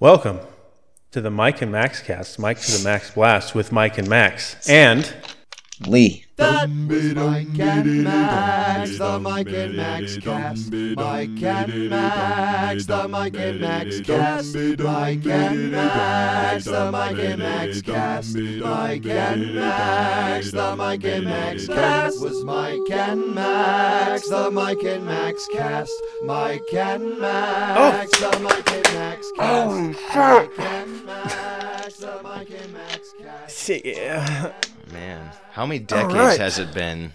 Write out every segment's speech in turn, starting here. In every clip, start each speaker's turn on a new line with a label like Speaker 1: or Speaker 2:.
Speaker 1: Welcome to the Mike and Max cast, Mike to the Max Blast with Mike and Max. And
Speaker 2: Lee.
Speaker 3: Mike and Max, the Mike and Max cast. Mike and Max, the Mike and Max cast. Mike and Max, the Mike and Max cast. Mike and Max, the Mike and Max cast. Was Mike and Max, the Mike and Max cast. Mike and Max, the Mike and Max cast. Mike and Max, the Mike and Max cast.
Speaker 4: Man, how many decades
Speaker 1: right.
Speaker 4: has it been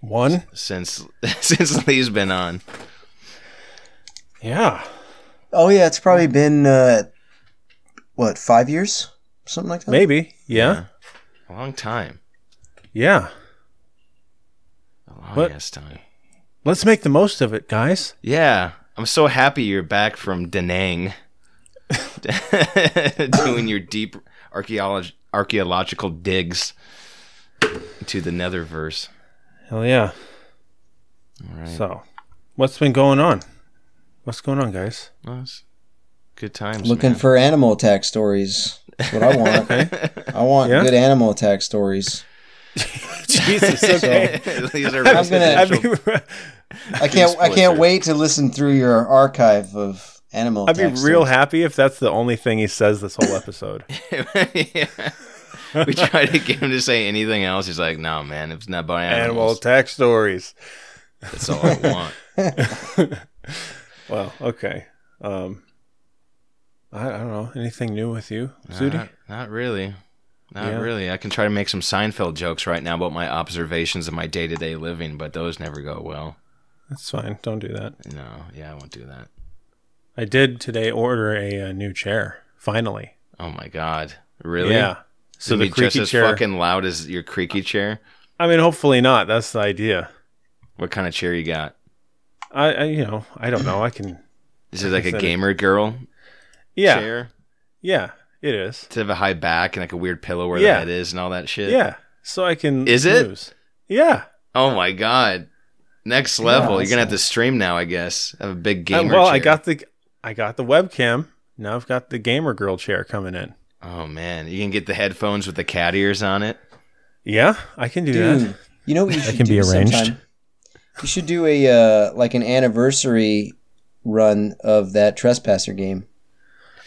Speaker 1: one,
Speaker 4: since since Lee's been on?
Speaker 1: yeah,
Speaker 2: Oh yeah, it's probably been uh, what five years, something like that.
Speaker 1: maybe, yeah,
Speaker 4: A long time.
Speaker 1: yeah.
Speaker 4: A long
Speaker 1: What?
Speaker 4: ass time.
Speaker 1: Let's make the most of it, guys.
Speaker 4: Yeah. I'm so happy you're back from Da Nang. Doing your deep archaeolog- archaeological digs to the netherverse.
Speaker 1: Hell yeah.
Speaker 4: All right.
Speaker 1: So, what's been going on? What's going on, guys?
Speaker 4: Well, it's good times.
Speaker 2: Looking
Speaker 4: man.
Speaker 2: for animal attack stories. That's what I want. I want
Speaker 1: Yeah.
Speaker 2: good animal attack stories.
Speaker 1: Jesus, okay.
Speaker 4: These are
Speaker 2: I'm gonna-
Speaker 1: I
Speaker 4: residential-
Speaker 1: mean,
Speaker 2: I can't. I
Speaker 4: Explicit.
Speaker 2: can't wait to listen through your archive of animal.
Speaker 1: I'd be
Speaker 2: attack
Speaker 1: real
Speaker 2: stories.
Speaker 1: happy if that's the only thing he says this whole episode.
Speaker 4: Yeah. We tried to get him to say anything else. He's like, no, man, it's not about
Speaker 1: Animal
Speaker 4: animals.
Speaker 1: attack stories.
Speaker 4: That's all I want.
Speaker 1: Well, okay. Um, I, I don't know. Anything new with you, Zudi?
Speaker 4: Not, not really. Not
Speaker 1: Yeah.
Speaker 4: really. I can try to make some Seinfeld jokes right now about my observations of my day to day living, but those never go well.
Speaker 1: That's fine. Don't do that.
Speaker 4: No, yeah, I won't do that.
Speaker 1: I did today order a, uh new chair. Finally.
Speaker 4: Oh my god. Really?
Speaker 1: Yeah. So
Speaker 4: So
Speaker 1: the
Speaker 4: be just
Speaker 1: creaky
Speaker 4: as
Speaker 1: chair.
Speaker 4: fucking loud as your creaky chair.
Speaker 1: I mean, hopefully not. That's the idea.
Speaker 4: What kind of chair you got?
Speaker 1: I, I you know, I don't know. I can.
Speaker 4: Is it like a
Speaker 1: Instead of-
Speaker 4: gamer girl
Speaker 1: Yeah.
Speaker 4: chair?
Speaker 1: Yeah. It is.
Speaker 4: To have a high back and like a weird pillow where
Speaker 1: Yeah.
Speaker 4: the head is and all that shit.
Speaker 1: Yeah. So I can.
Speaker 4: Is it?
Speaker 1: lose. Yeah.
Speaker 4: Oh my god. Next level. You're
Speaker 2: awesome.
Speaker 4: gonna have to stream now, I guess. Have a big
Speaker 1: Uh,
Speaker 4: gamer
Speaker 1: well, I
Speaker 4: chair.
Speaker 1: got the I got the webcam. Now I've got the gamer girl chair coming in.
Speaker 4: Oh man. You can get the headphones with the cat ears on it.
Speaker 1: Yeah, I can do
Speaker 2: Dude,
Speaker 1: that.
Speaker 2: you know what you should
Speaker 1: can
Speaker 2: do
Speaker 1: be arranged.
Speaker 2: sometime? You should do a uh, like an anniversary run of that trespasser game.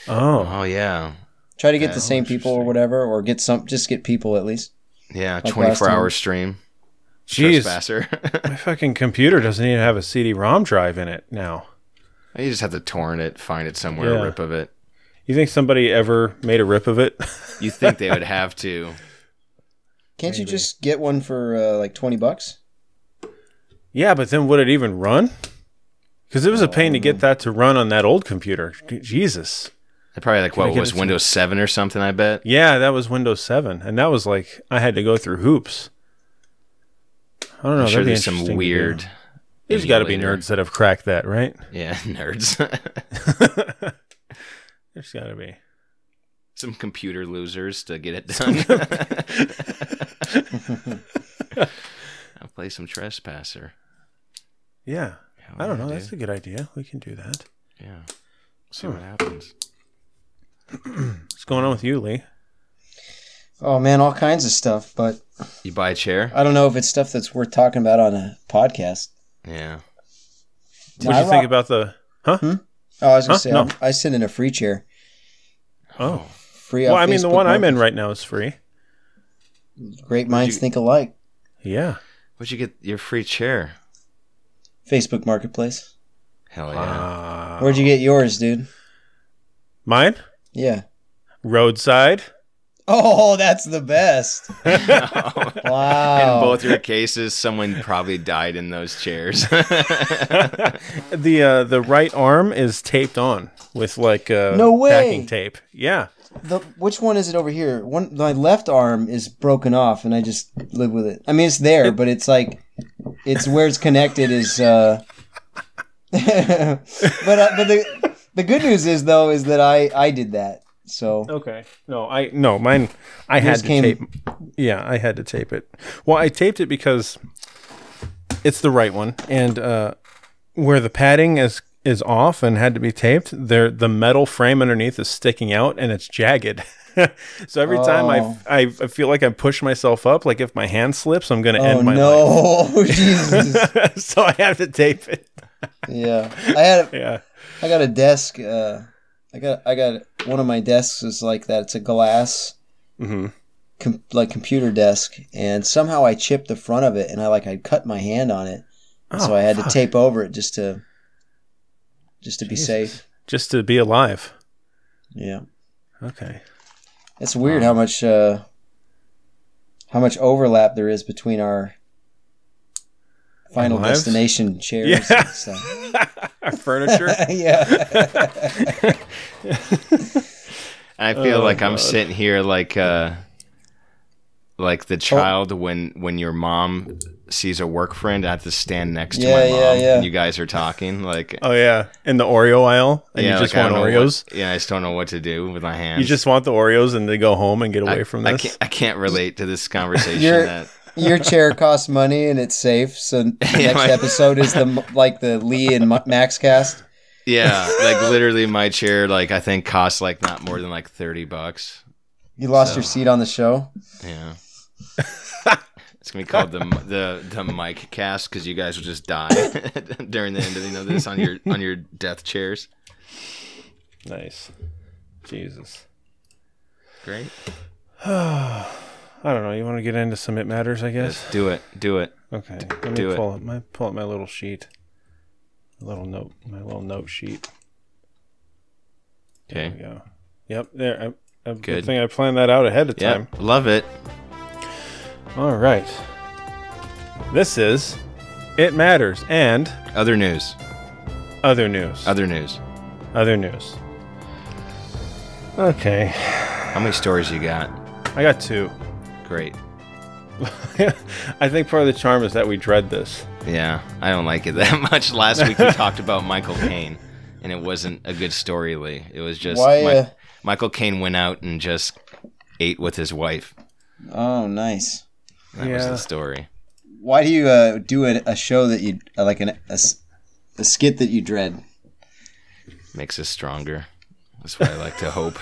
Speaker 1: Oh,
Speaker 4: Oh yeah.
Speaker 2: Try to get the same people or whatever, or get some. Just get people at least.
Speaker 4: Yeah,
Speaker 2: last
Speaker 4: 24 hour
Speaker 2: time.
Speaker 4: stream.
Speaker 1: jeez,
Speaker 4: Trespasser.
Speaker 1: my fucking computer doesn't even have a CD-ROM drive in it now.
Speaker 4: you just have to torrent it, find it somewhere,
Speaker 1: Yeah.
Speaker 4: rip of it.
Speaker 1: You think somebody ever made a rip of it?
Speaker 4: You think they would have to.
Speaker 2: Can't you just get one for uh, like twenty bucks?
Speaker 1: Yeah, but then would it even run? Because it was a pain to get that to run on that old computer. G- Jesus.
Speaker 4: They're probably like,
Speaker 1: I
Speaker 4: what
Speaker 1: get
Speaker 4: was
Speaker 1: it to-
Speaker 4: Windows 7 or something, I bet.
Speaker 1: Yeah, that was Windows 7. And that was like, I had to go through hoops. I don't know.
Speaker 4: I'm
Speaker 1: that'd
Speaker 4: sure
Speaker 1: be
Speaker 4: there's some
Speaker 1: interesting to
Speaker 4: weird.
Speaker 1: do. There's got to be
Speaker 4: emulator.
Speaker 1: nerds that have cracked that, right?
Speaker 4: Yeah, nerds.
Speaker 1: There's got to be.
Speaker 4: some computer losers to get it done. I'll play some Trespasser.
Speaker 1: Yeah.
Speaker 4: Hell
Speaker 1: I don't
Speaker 4: yeah,
Speaker 1: know.
Speaker 4: dude.
Speaker 1: That's a good idea. We can do that. Hmm.
Speaker 4: Yeah. See what happens.
Speaker 1: What's going on with you, Lee?
Speaker 2: Oh man, all kinds of stuff, but
Speaker 4: You buy a chair?
Speaker 2: I don't know if it's stuff that's worth talking about on a podcast.
Speaker 4: Yeah.
Speaker 1: What do you think about the. Huh?
Speaker 2: Oh, I was gonna
Speaker 1: Huh?
Speaker 2: say
Speaker 1: No.
Speaker 2: I'm- I sit in a free chair.
Speaker 1: Oh.
Speaker 2: Free.
Speaker 1: Well,
Speaker 2: on
Speaker 1: I mean, the
Speaker 2: uh, Facebook
Speaker 1: one I'm in
Speaker 2: Market.
Speaker 1: right now is free.
Speaker 2: Great minds
Speaker 4: you-
Speaker 2: think alike.
Speaker 1: Yeah.
Speaker 4: Where'd you get your free chair?
Speaker 2: Facebook Marketplace.
Speaker 4: Hell yeah.
Speaker 1: Wow.
Speaker 2: Where'd you get yours, dude?
Speaker 1: Mine?
Speaker 2: Yeah.
Speaker 1: Roadside.
Speaker 2: Oh, that's the best.
Speaker 4: In
Speaker 1: Oh.
Speaker 2: Wow.
Speaker 4: both your cases, someone probably died in those chairs.
Speaker 1: the uh, the right arm is taped on with like uh,
Speaker 2: No way.
Speaker 1: packing tape. Yeah,
Speaker 2: the, which one is it over here? One, my left arm is broken off, and I just live with it. I mean, it's there, but it's like, it's where it's connected is. Uh, but uh, but the the good news is though is that I I did that. So
Speaker 1: Okay. No, I no mine. I had
Speaker 2: Yours
Speaker 1: to
Speaker 2: came-
Speaker 1: tape. Yeah, I had to tape it. Well, I taped it because it's the right one, and uh, where the padding is is off and had to be taped, there the metal frame underneath is sticking out and it's jagged. so every time
Speaker 2: Oh.
Speaker 1: I, I I feel like I push myself up, like if my hand slips, I'm gonna
Speaker 2: Oh
Speaker 1: end my
Speaker 2: no, Jesus!
Speaker 1: life. so I have to tape it.
Speaker 2: Yeah, I had a,
Speaker 1: Yeah.
Speaker 2: I got a desk. Uh, I got I got one of my desks is like that. It's a glass,
Speaker 1: hmm
Speaker 2: com- like computer desk, and somehow I chipped the front of it, and I like I cut my hand on it,
Speaker 4: Oh,
Speaker 2: so I had to tape over it just to just to be safe.
Speaker 1: just to be alive.
Speaker 2: Yeah,
Speaker 1: Okay.
Speaker 2: it's weird how much uh, how much overlap there is between our final
Speaker 1: Our lives?
Speaker 2: destination chairs
Speaker 1: Yeah.
Speaker 2: and stuff.
Speaker 1: Our furniture.
Speaker 2: yeah.
Speaker 4: I feel
Speaker 1: Oh,
Speaker 4: like I'm
Speaker 1: God.
Speaker 4: sitting here like uh like
Speaker 1: Oh.
Speaker 4: the child when when your mom sees a work friend, I have to stand next to my
Speaker 2: Yeah,
Speaker 4: mom
Speaker 2: yeah, yeah.
Speaker 4: and you guys are talking like
Speaker 1: Oh yeah, in the Oreo aisle, and
Speaker 4: yeah,
Speaker 1: you just
Speaker 4: like, I
Speaker 1: want
Speaker 4: don't know
Speaker 1: Oreos.
Speaker 4: what- yeah, I just don't know what to do with my hands.
Speaker 1: You just want the Oreos, and they go home and get
Speaker 4: I,
Speaker 1: away from
Speaker 4: I
Speaker 1: this.
Speaker 4: can't I can't relate to this conversation
Speaker 2: You're-
Speaker 4: that
Speaker 2: Your chair costs money and it's safe. So the next
Speaker 4: my-
Speaker 2: episode is the like the Lee and Ma- Max cast.
Speaker 4: yeah, like literally my chair like I think costs like not more than like 30 bucks.
Speaker 2: You lost
Speaker 4: So-
Speaker 2: your seat on the show.
Speaker 4: Yeah. It's gonna be called the the the mic cast because you guys will just die during the end of you know this on your on your death chairs.
Speaker 1: Nice. Jesus.
Speaker 4: Great.
Speaker 1: I don't know. You want to get into some it matters, I guess.
Speaker 4: Do it. Do it.
Speaker 1: Okay. Let
Speaker 4: do
Speaker 1: me
Speaker 4: it.
Speaker 1: pull up my pull up my little sheet. A little note, my little note sheet. There we
Speaker 4: Okay.
Speaker 1: go. Yep. There. I, I
Speaker 4: Good.
Speaker 1: good thing I planned that out ahead of
Speaker 4: Yeah.
Speaker 1: time.
Speaker 4: Love it.
Speaker 1: All right. This is it matters and
Speaker 4: Other news.
Speaker 1: other news.
Speaker 4: Other news.
Speaker 1: other news. Okay.
Speaker 4: How many stories you got?
Speaker 1: I got two.
Speaker 4: Great.
Speaker 1: I think part of the charm is that we dread this.
Speaker 4: Yeah. I don't like it that much. Last week we talked about Michael Caine, and it wasn't a good story, Lee. It was just
Speaker 2: Why?
Speaker 4: Mi-
Speaker 2: Uh,
Speaker 4: Michael Caine went out and just ate with his wife.
Speaker 2: oh, nice.
Speaker 4: That was
Speaker 1: Yeah.
Speaker 4: the story.
Speaker 2: Why do you uh, do a, a show that you uh, like an a, s- a skit that you dread?
Speaker 4: Makes us stronger. That's what I like to hope.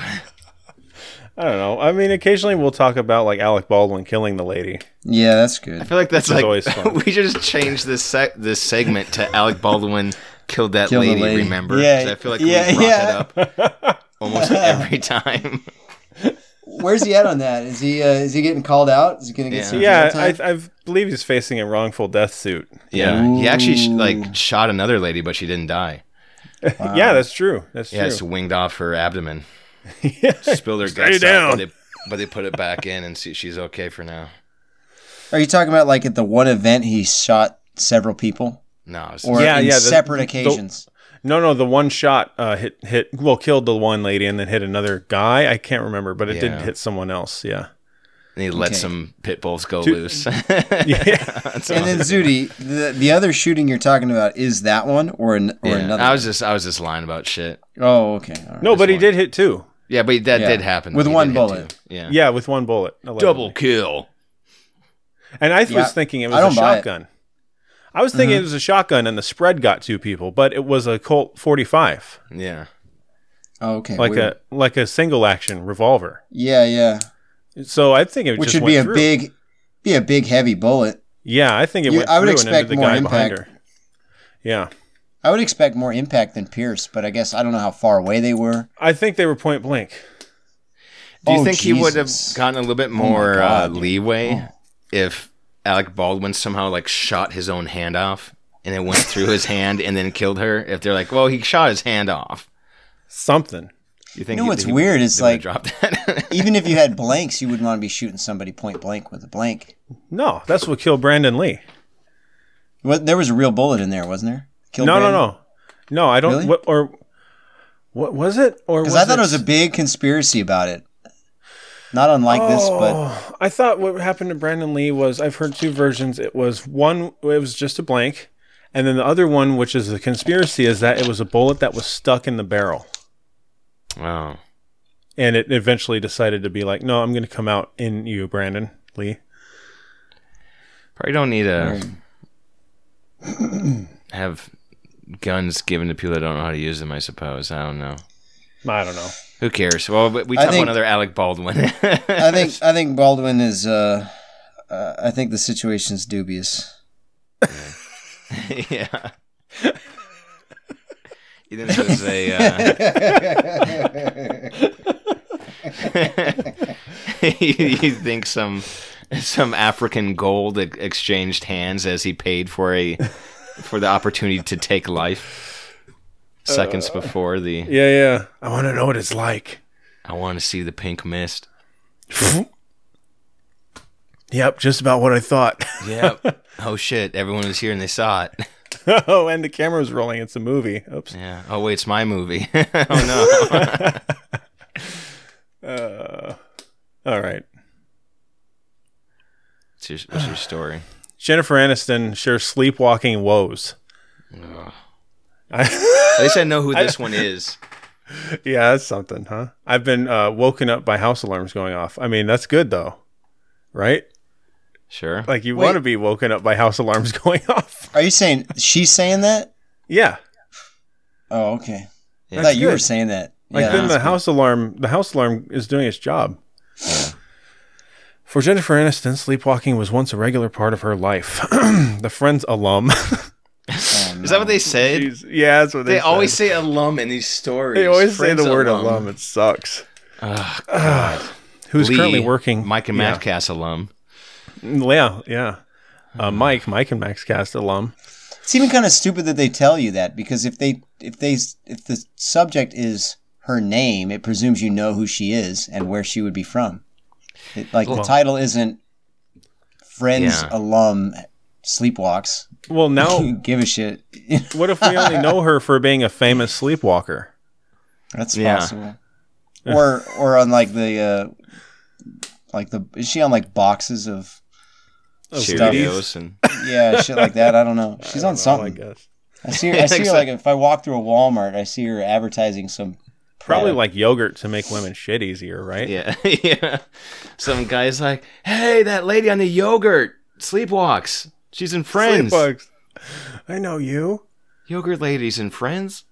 Speaker 1: I don't know. I mean, occasionally we'll talk about like Alec Baldwin killing the lady.
Speaker 2: Yeah, that's
Speaker 4: I
Speaker 2: good.
Speaker 4: feel like that's
Speaker 1: Which is
Speaker 4: like
Speaker 1: always fun.
Speaker 4: we should just change this sec- this segment to Alec Baldwin killed that
Speaker 2: Kill the
Speaker 4: lady,
Speaker 2: lady.
Speaker 4: Remember?
Speaker 2: Yeah,
Speaker 4: 'Cause I feel like
Speaker 2: yeah,
Speaker 4: we brought
Speaker 2: yeah.
Speaker 4: that up almost every time.
Speaker 2: Where's he at on that? Is he uh, is he getting called out? Is he gonna get
Speaker 4: Yeah.
Speaker 2: some
Speaker 1: Yeah,
Speaker 2: jail
Speaker 1: I,
Speaker 2: time?
Speaker 1: I believe he's facing a wrongful death suit.
Speaker 4: Yeah, he actually sh-
Speaker 2: Ooh.
Speaker 4: like shot another lady, but she didn't die.
Speaker 1: Yeah, that's true. That's
Speaker 4: Yeah, it's
Speaker 1: true.
Speaker 4: winged off her abdomen,
Speaker 1: yeah.
Speaker 4: spilled her
Speaker 1: Stay
Speaker 4: guts
Speaker 1: down.
Speaker 4: out, but they, but they put it back in and see she's okay for now.
Speaker 2: Are you talking about like at the one event he shot several people,
Speaker 4: No, it's
Speaker 2: or
Speaker 1: Yeah,
Speaker 2: in
Speaker 1: yeah, the-
Speaker 2: separate
Speaker 1: the-
Speaker 2: occasions?
Speaker 1: No, no, the one shot uh, hit hit well killed the one lady and then hit another guy. I can't remember, but it
Speaker 4: Yeah.
Speaker 1: did hit someone else. Yeah.
Speaker 4: and he let
Speaker 2: okay.
Speaker 4: some pit bulls go loose. That's
Speaker 2: and then
Speaker 4: awesome.
Speaker 2: Zudi, the the other shooting you're talking about is that one or an, or
Speaker 4: Yeah,
Speaker 2: another?
Speaker 4: I was just I was just lying about shit.
Speaker 2: oh, okay. all right.
Speaker 1: No, but he
Speaker 4: one.
Speaker 1: did hit two.
Speaker 4: Yeah, but that
Speaker 2: Yeah.
Speaker 4: did happen.
Speaker 2: With
Speaker 4: He
Speaker 2: one
Speaker 4: did hit
Speaker 2: bullet.
Speaker 4: two. Yeah.
Speaker 1: Yeah, with one bullet. allegedly.
Speaker 4: double kill.
Speaker 1: And I
Speaker 2: Yeah,
Speaker 1: was thinking it was
Speaker 2: I
Speaker 1: a
Speaker 2: don't buy it. Mm-hmm.
Speaker 1: shotgun. I was thinking it was a shotgun and the spread got two people, but it was a Colt 45,
Speaker 4: Yeah.
Speaker 2: Oh, okay.
Speaker 1: like
Speaker 2: weird.
Speaker 1: a like a single action revolver.
Speaker 2: yeah, yeah,
Speaker 1: So I think it
Speaker 2: which
Speaker 1: just
Speaker 2: would
Speaker 1: went
Speaker 2: be a
Speaker 1: through.
Speaker 2: big, be a big heavy bullet.
Speaker 1: Yeah, I think it
Speaker 2: You-
Speaker 1: went
Speaker 2: I would
Speaker 1: through
Speaker 2: expect
Speaker 1: and into the
Speaker 2: more
Speaker 1: guy behind
Speaker 2: impact.
Speaker 1: her. Yeah,
Speaker 2: I would expect more impact than Pierce, but I guess I don't know how far away they were.
Speaker 1: I think they were point blank.
Speaker 4: Do you
Speaker 2: Oh,
Speaker 4: think he would have
Speaker 2: Jesus. Oh
Speaker 4: gotten a little bit more uh,
Speaker 2: God. Oh.
Speaker 4: leeway if Alec Baldwin somehow like shot his own hand off and it went through his hand and then killed her? If they're like, well, he shot his hand off.
Speaker 1: Something.
Speaker 4: You think?
Speaker 2: You know
Speaker 4: he-
Speaker 2: what's
Speaker 4: he-
Speaker 2: weird is
Speaker 4: they would've
Speaker 2: like-
Speaker 4: dropped that.
Speaker 2: Even if you had blanks, you wouldn't want to be shooting somebody point blank with a blank.
Speaker 1: No, that's what killed Brandon Lee.
Speaker 2: What? There was a real bullet in there, wasn't there? Kill
Speaker 1: no,
Speaker 2: Brandon?
Speaker 1: no, no, no. I don't.
Speaker 2: Really?
Speaker 1: What, or what was it? Or
Speaker 2: Because I thought it was a big conspiracy about it. Not unlike this, but
Speaker 1: Oh, I thought what happened to Brandon Lee was I've heard two versions. It was one, it was just a blank, and then the other one, which is the conspiracy, is that it was a bullet that was stuck in the barrel,
Speaker 4: wow.
Speaker 1: and it eventually decided to be like, no, I'm going to come out in you, Brandon Lee.
Speaker 4: Probably don't need to have guns given to people that don't know how to use them. I suppose. I don't know.
Speaker 1: I don't know.
Speaker 4: Who cares? Well, we we
Speaker 2: I
Speaker 4: have
Speaker 2: think-
Speaker 4: another Alec Baldwin.
Speaker 2: I think I think Baldwin is. Uh, uh, I think the situation's dubious.
Speaker 4: yeah. You think this was a. Uh, you, you think some some African gold ex- exchanged hands as he paid for a for the opportunity to take life seconds before the
Speaker 1: Yeah, yeah. I want to know what it's like.
Speaker 4: I want to see the pink mist.
Speaker 1: Yep, just about what I thought.
Speaker 4: Yep. oh shit! Everyone was here and they saw it.
Speaker 1: oh, and the camera's rolling. It's a movie. Oops.
Speaker 4: Yeah. Oh wait, it's my movie. oh no.
Speaker 1: All right.
Speaker 4: What's your, what's your story?
Speaker 1: Jennifer Aniston shares sleepwalking woes.
Speaker 4: At least I know who this one is.
Speaker 1: Yeah, that's something, huh? I've been uh, woken up by house alarms going off. I mean, that's good though, right?
Speaker 4: Sure.
Speaker 1: Like you want to
Speaker 2: Wait.
Speaker 1: be woken up by house alarms going off.
Speaker 2: Are you saying she's saying that?
Speaker 1: Yeah.
Speaker 2: Oh, okay. I
Speaker 4: Yeah.
Speaker 2: thought you were
Speaker 1: good.
Speaker 2: saying that.
Speaker 1: Like
Speaker 2: yeah.
Speaker 1: then the house alarm, the house alarm is doing its job. For Jennifer Aniston, sleepwalking was once a regular part of her life. the Friends alum.
Speaker 2: Um,
Speaker 4: Is that what they said?
Speaker 1: Jeez. yeah, that's what they,
Speaker 4: They always
Speaker 1: said.
Speaker 4: say alum in these stories.
Speaker 1: They always say the
Speaker 4: Friends
Speaker 1: word alum. It sucks.
Speaker 4: Ugh,
Speaker 1: Who's
Speaker 4: Lee,
Speaker 1: currently working?
Speaker 4: Mike and
Speaker 1: yeah.
Speaker 4: Matt Cass alum.
Speaker 1: Yeah, yeah. Uh, Mike, Mike and Max Cast alum.
Speaker 2: It's even kind of stupid that they tell you that because if they if they if the subject is her name, it presumes you know who she is and where she would be from. It, like the title isn't Friends
Speaker 4: Yeah.
Speaker 2: alum sleepwalks.
Speaker 1: Well, now
Speaker 2: Give a shit.
Speaker 1: what if we only know her for being a famous sleepwalker?
Speaker 2: That's
Speaker 4: Yeah.
Speaker 2: possible. Or or on like the uh like the is she on like boxes of
Speaker 1: Oh,
Speaker 4: Cheerios and
Speaker 2: yeah shit like that? I don't know. She's on
Speaker 1: Oh, I
Speaker 2: something.
Speaker 1: guess.
Speaker 2: I see her. I see her
Speaker 4: Exactly.
Speaker 2: like if I walk through a Walmart, I see her advertising some.
Speaker 1: Probably
Speaker 2: product.
Speaker 1: like yogurt to make women shit easier, right?
Speaker 4: yeah, yeah. Some guy's like, "Hey, that lady on the yogurt sleepwalks. She's in Friends.
Speaker 1: Sleepwalks. I know you.
Speaker 4: Yogurt ladies in Friends.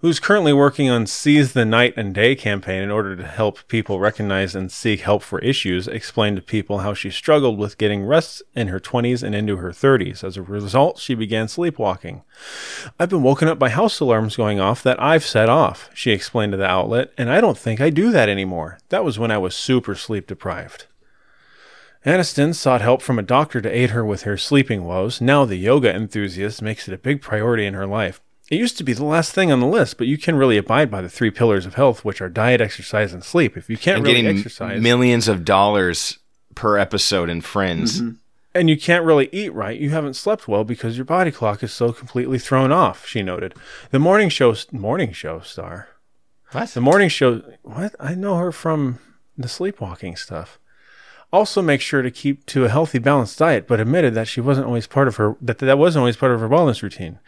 Speaker 1: Who's currently working on Seize the Night and Day campaign in order to help people recognize and seek help for issues, explained to people how she struggled with getting rest in her 20s and into her 30s. As a result, she began sleepwalking. I've been woken up by house alarms going off that I've set off, she explained to the outlet, and I don't think I do that anymore. That was when I was super sleep deprived. Aniston sought help from a doctor to aid her with her sleeping woes. Now the yoga enthusiast makes it a big priority in her life. It used to be the last thing on the list, but you can really abide by the three pillars of health, which are diet, exercise, and sleep. If you can't
Speaker 4: And
Speaker 1: really
Speaker 4: getting
Speaker 1: exercise
Speaker 4: millions of dollars per episode in Friends.
Speaker 1: and you can't really eat right, you haven't slept well because your body clock is so completely thrown off, she noted. The morning show morning show star.
Speaker 4: What?
Speaker 1: The morning show. What? I know her from the sleepwalking stuff. Also, make sure to keep to a healthy, balanced diet, but admitted that she wasn't always part of her that that wasn't always part of her wellness routine.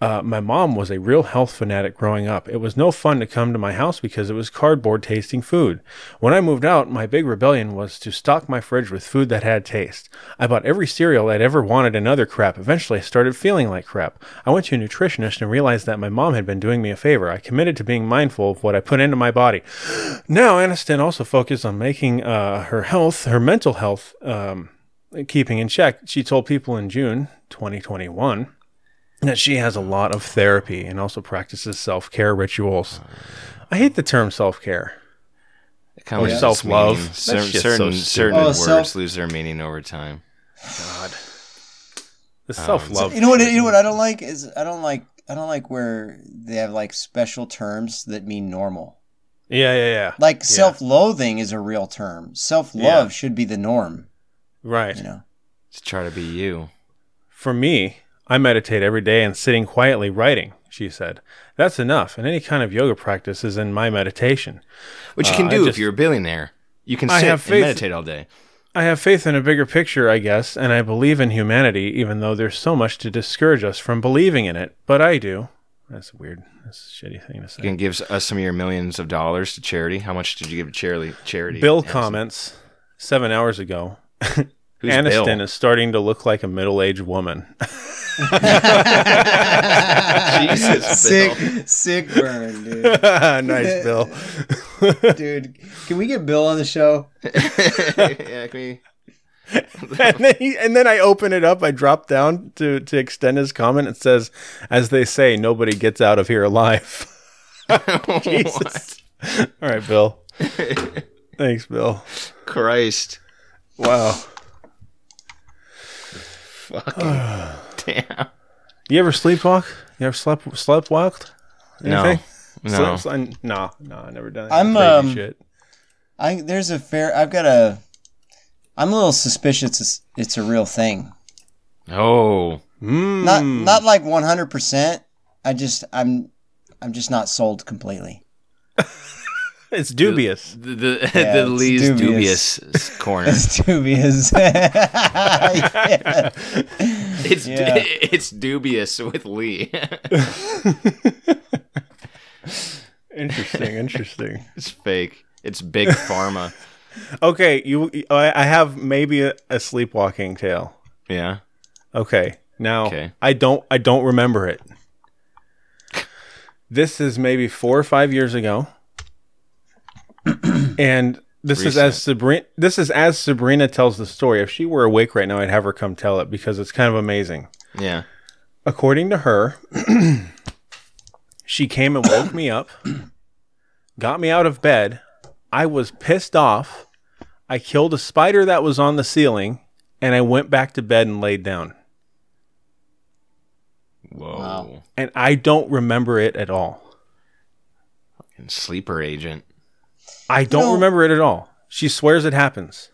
Speaker 1: Uh, my mom was a real health fanatic growing up. It was no fun to come to my house because it was cardboard tasting food. When I moved out, my big rebellion was to stock my fridge with food that had taste. I bought every cereal I'd ever wanted and other crap. Eventually, I started feeling like crap. I went to a nutritionist and realized that my mom had been doing me a favor. I committed to being mindful of what I put into my body. Now, Aniston also focused on making uh, her health, her mental health, um, keeping in check. She told people in June 2021 that she has a lot of therapy and also practices self care rituals. I hate the term self care.
Speaker 4: Kind of
Speaker 1: yeah.
Speaker 4: just
Speaker 1: Oh, Self-love.
Speaker 4: mean
Speaker 1: That
Speaker 4: Certain
Speaker 1: shit's so
Speaker 4: certain,
Speaker 1: stupid.
Speaker 4: certain
Speaker 2: Oh,
Speaker 4: words
Speaker 2: self-
Speaker 4: lose their meaning over time.
Speaker 1: The self love.
Speaker 2: You know what? You know what I don't like is I don't like I don't like where they have like special terms that mean normal.
Speaker 1: yeah, yeah, yeah.
Speaker 2: Like self-loathing is a real term. Self-love should be the norm.
Speaker 1: Right.
Speaker 2: You know.
Speaker 4: To try to be you.
Speaker 1: For me, I meditate every day and sitting quietly writing, she said. That's enough, and any kind of yoga practice is in my meditation.
Speaker 4: Which you
Speaker 1: Uh,
Speaker 4: can
Speaker 1: I
Speaker 4: do if
Speaker 1: just-
Speaker 4: you're a billionaire. You can
Speaker 1: I
Speaker 4: sit
Speaker 1: have
Speaker 4: and
Speaker 1: faith-
Speaker 4: meditate all day.
Speaker 1: I have faith in a bigger picture, I guess, and I believe in humanity, even though there's so much to discourage us from believing in it. But I do. That's weird. That's a shitty thing to
Speaker 4: You
Speaker 1: say.
Speaker 4: can give us some of your millions of dollars to charity. How much did you give to charity? Charity.
Speaker 1: Bill
Speaker 4: Anderson?
Speaker 1: comments seven hours ago.
Speaker 4: Who's
Speaker 1: Aniston
Speaker 4: Bill?
Speaker 1: is starting to look like a middle-aged woman.
Speaker 4: Jesus, Bill.
Speaker 2: sick, sick burn, dude.
Speaker 1: nice, Bill.
Speaker 2: Dude, can we get Bill on the show?
Speaker 4: yeah, can we?
Speaker 1: and, then he, and then I open it up. I drop down to to extend his comment. It says, "As they say, nobody gets out of here alive." Jesus. All right, Bill. Thanks, Bill.
Speaker 4: Christ.
Speaker 1: Wow.
Speaker 4: Fucking damn.
Speaker 1: You ever sleepwalk? You ever slept slept walked?
Speaker 4: No. No.
Speaker 1: Sleep, no, no, I never done.
Speaker 2: I'm,
Speaker 1: any crazy
Speaker 2: um,
Speaker 1: shit.
Speaker 2: I there's a fair. I've got a. I'm a little suspicious. It's, it's a real thing.
Speaker 4: Oh.
Speaker 1: Mm.
Speaker 2: Not not like 100. percent I just I'm I'm just not sold completely.
Speaker 1: it's dubious.
Speaker 4: The the,
Speaker 2: Yeah,
Speaker 4: the
Speaker 2: it's
Speaker 4: least
Speaker 2: dubious.
Speaker 4: dubious, corner.
Speaker 2: It's dubious. Yeah.
Speaker 4: It's
Speaker 2: Yeah.
Speaker 4: it's dubious with Lee.
Speaker 1: Interesting, interesting.
Speaker 4: it's fake. It's big pharma.
Speaker 1: Okay, you. I, I have maybe a, a sleepwalking tale.
Speaker 4: Yeah.
Speaker 1: Okay. Now
Speaker 4: Okay.
Speaker 1: I don't I don't remember it. This is maybe four or five years ago. and this is
Speaker 4: Recent.
Speaker 1: as Sabrina this is as Sabrina tells the story. If she were awake right now, I'd have her come tell it because it's kind of amazing.
Speaker 4: Yeah.
Speaker 1: According to her, she came and woke me up, got me out of bed. I was pissed off. I killed a spider that was on the ceiling, and I went back to bed and laid down.
Speaker 4: Whoa.
Speaker 2: Wow.
Speaker 1: and I don't remember it at all.
Speaker 4: And sleeper agent.
Speaker 1: I don't
Speaker 2: know-
Speaker 1: remember it at all. She swears it happens.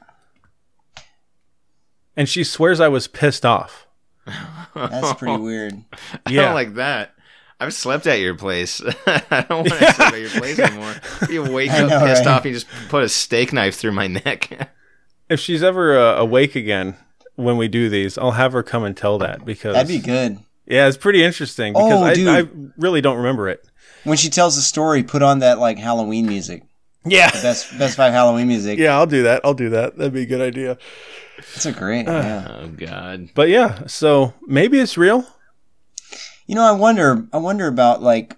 Speaker 1: And she swears I was pissed off.
Speaker 2: That's pretty weird.
Speaker 4: I
Speaker 1: Yeah.
Speaker 4: don't like that. I've slept at your place. I don't want to sleep at your place anymore. You wake
Speaker 2: I
Speaker 4: up
Speaker 2: know,
Speaker 4: pissed
Speaker 2: right?
Speaker 4: off. You just put a steak knife through my neck.
Speaker 1: If she's ever uh, awake again when we do these, I'll have her come and tell that because
Speaker 2: That'd be good.
Speaker 1: yeah, it's pretty interesting because
Speaker 2: Oh, dude.
Speaker 1: I, I really don't remember it.
Speaker 2: When she tells the story, put on that like Halloween music.
Speaker 1: Yeah,
Speaker 2: Best best five Halloween music.
Speaker 1: yeah, I'll do that. I'll do that. That'd be a good idea.
Speaker 2: That's a great.
Speaker 1: Uh.
Speaker 2: yeah.
Speaker 4: oh God.
Speaker 1: But yeah, so maybe it's real.
Speaker 2: You know, I wonder. I wonder about like,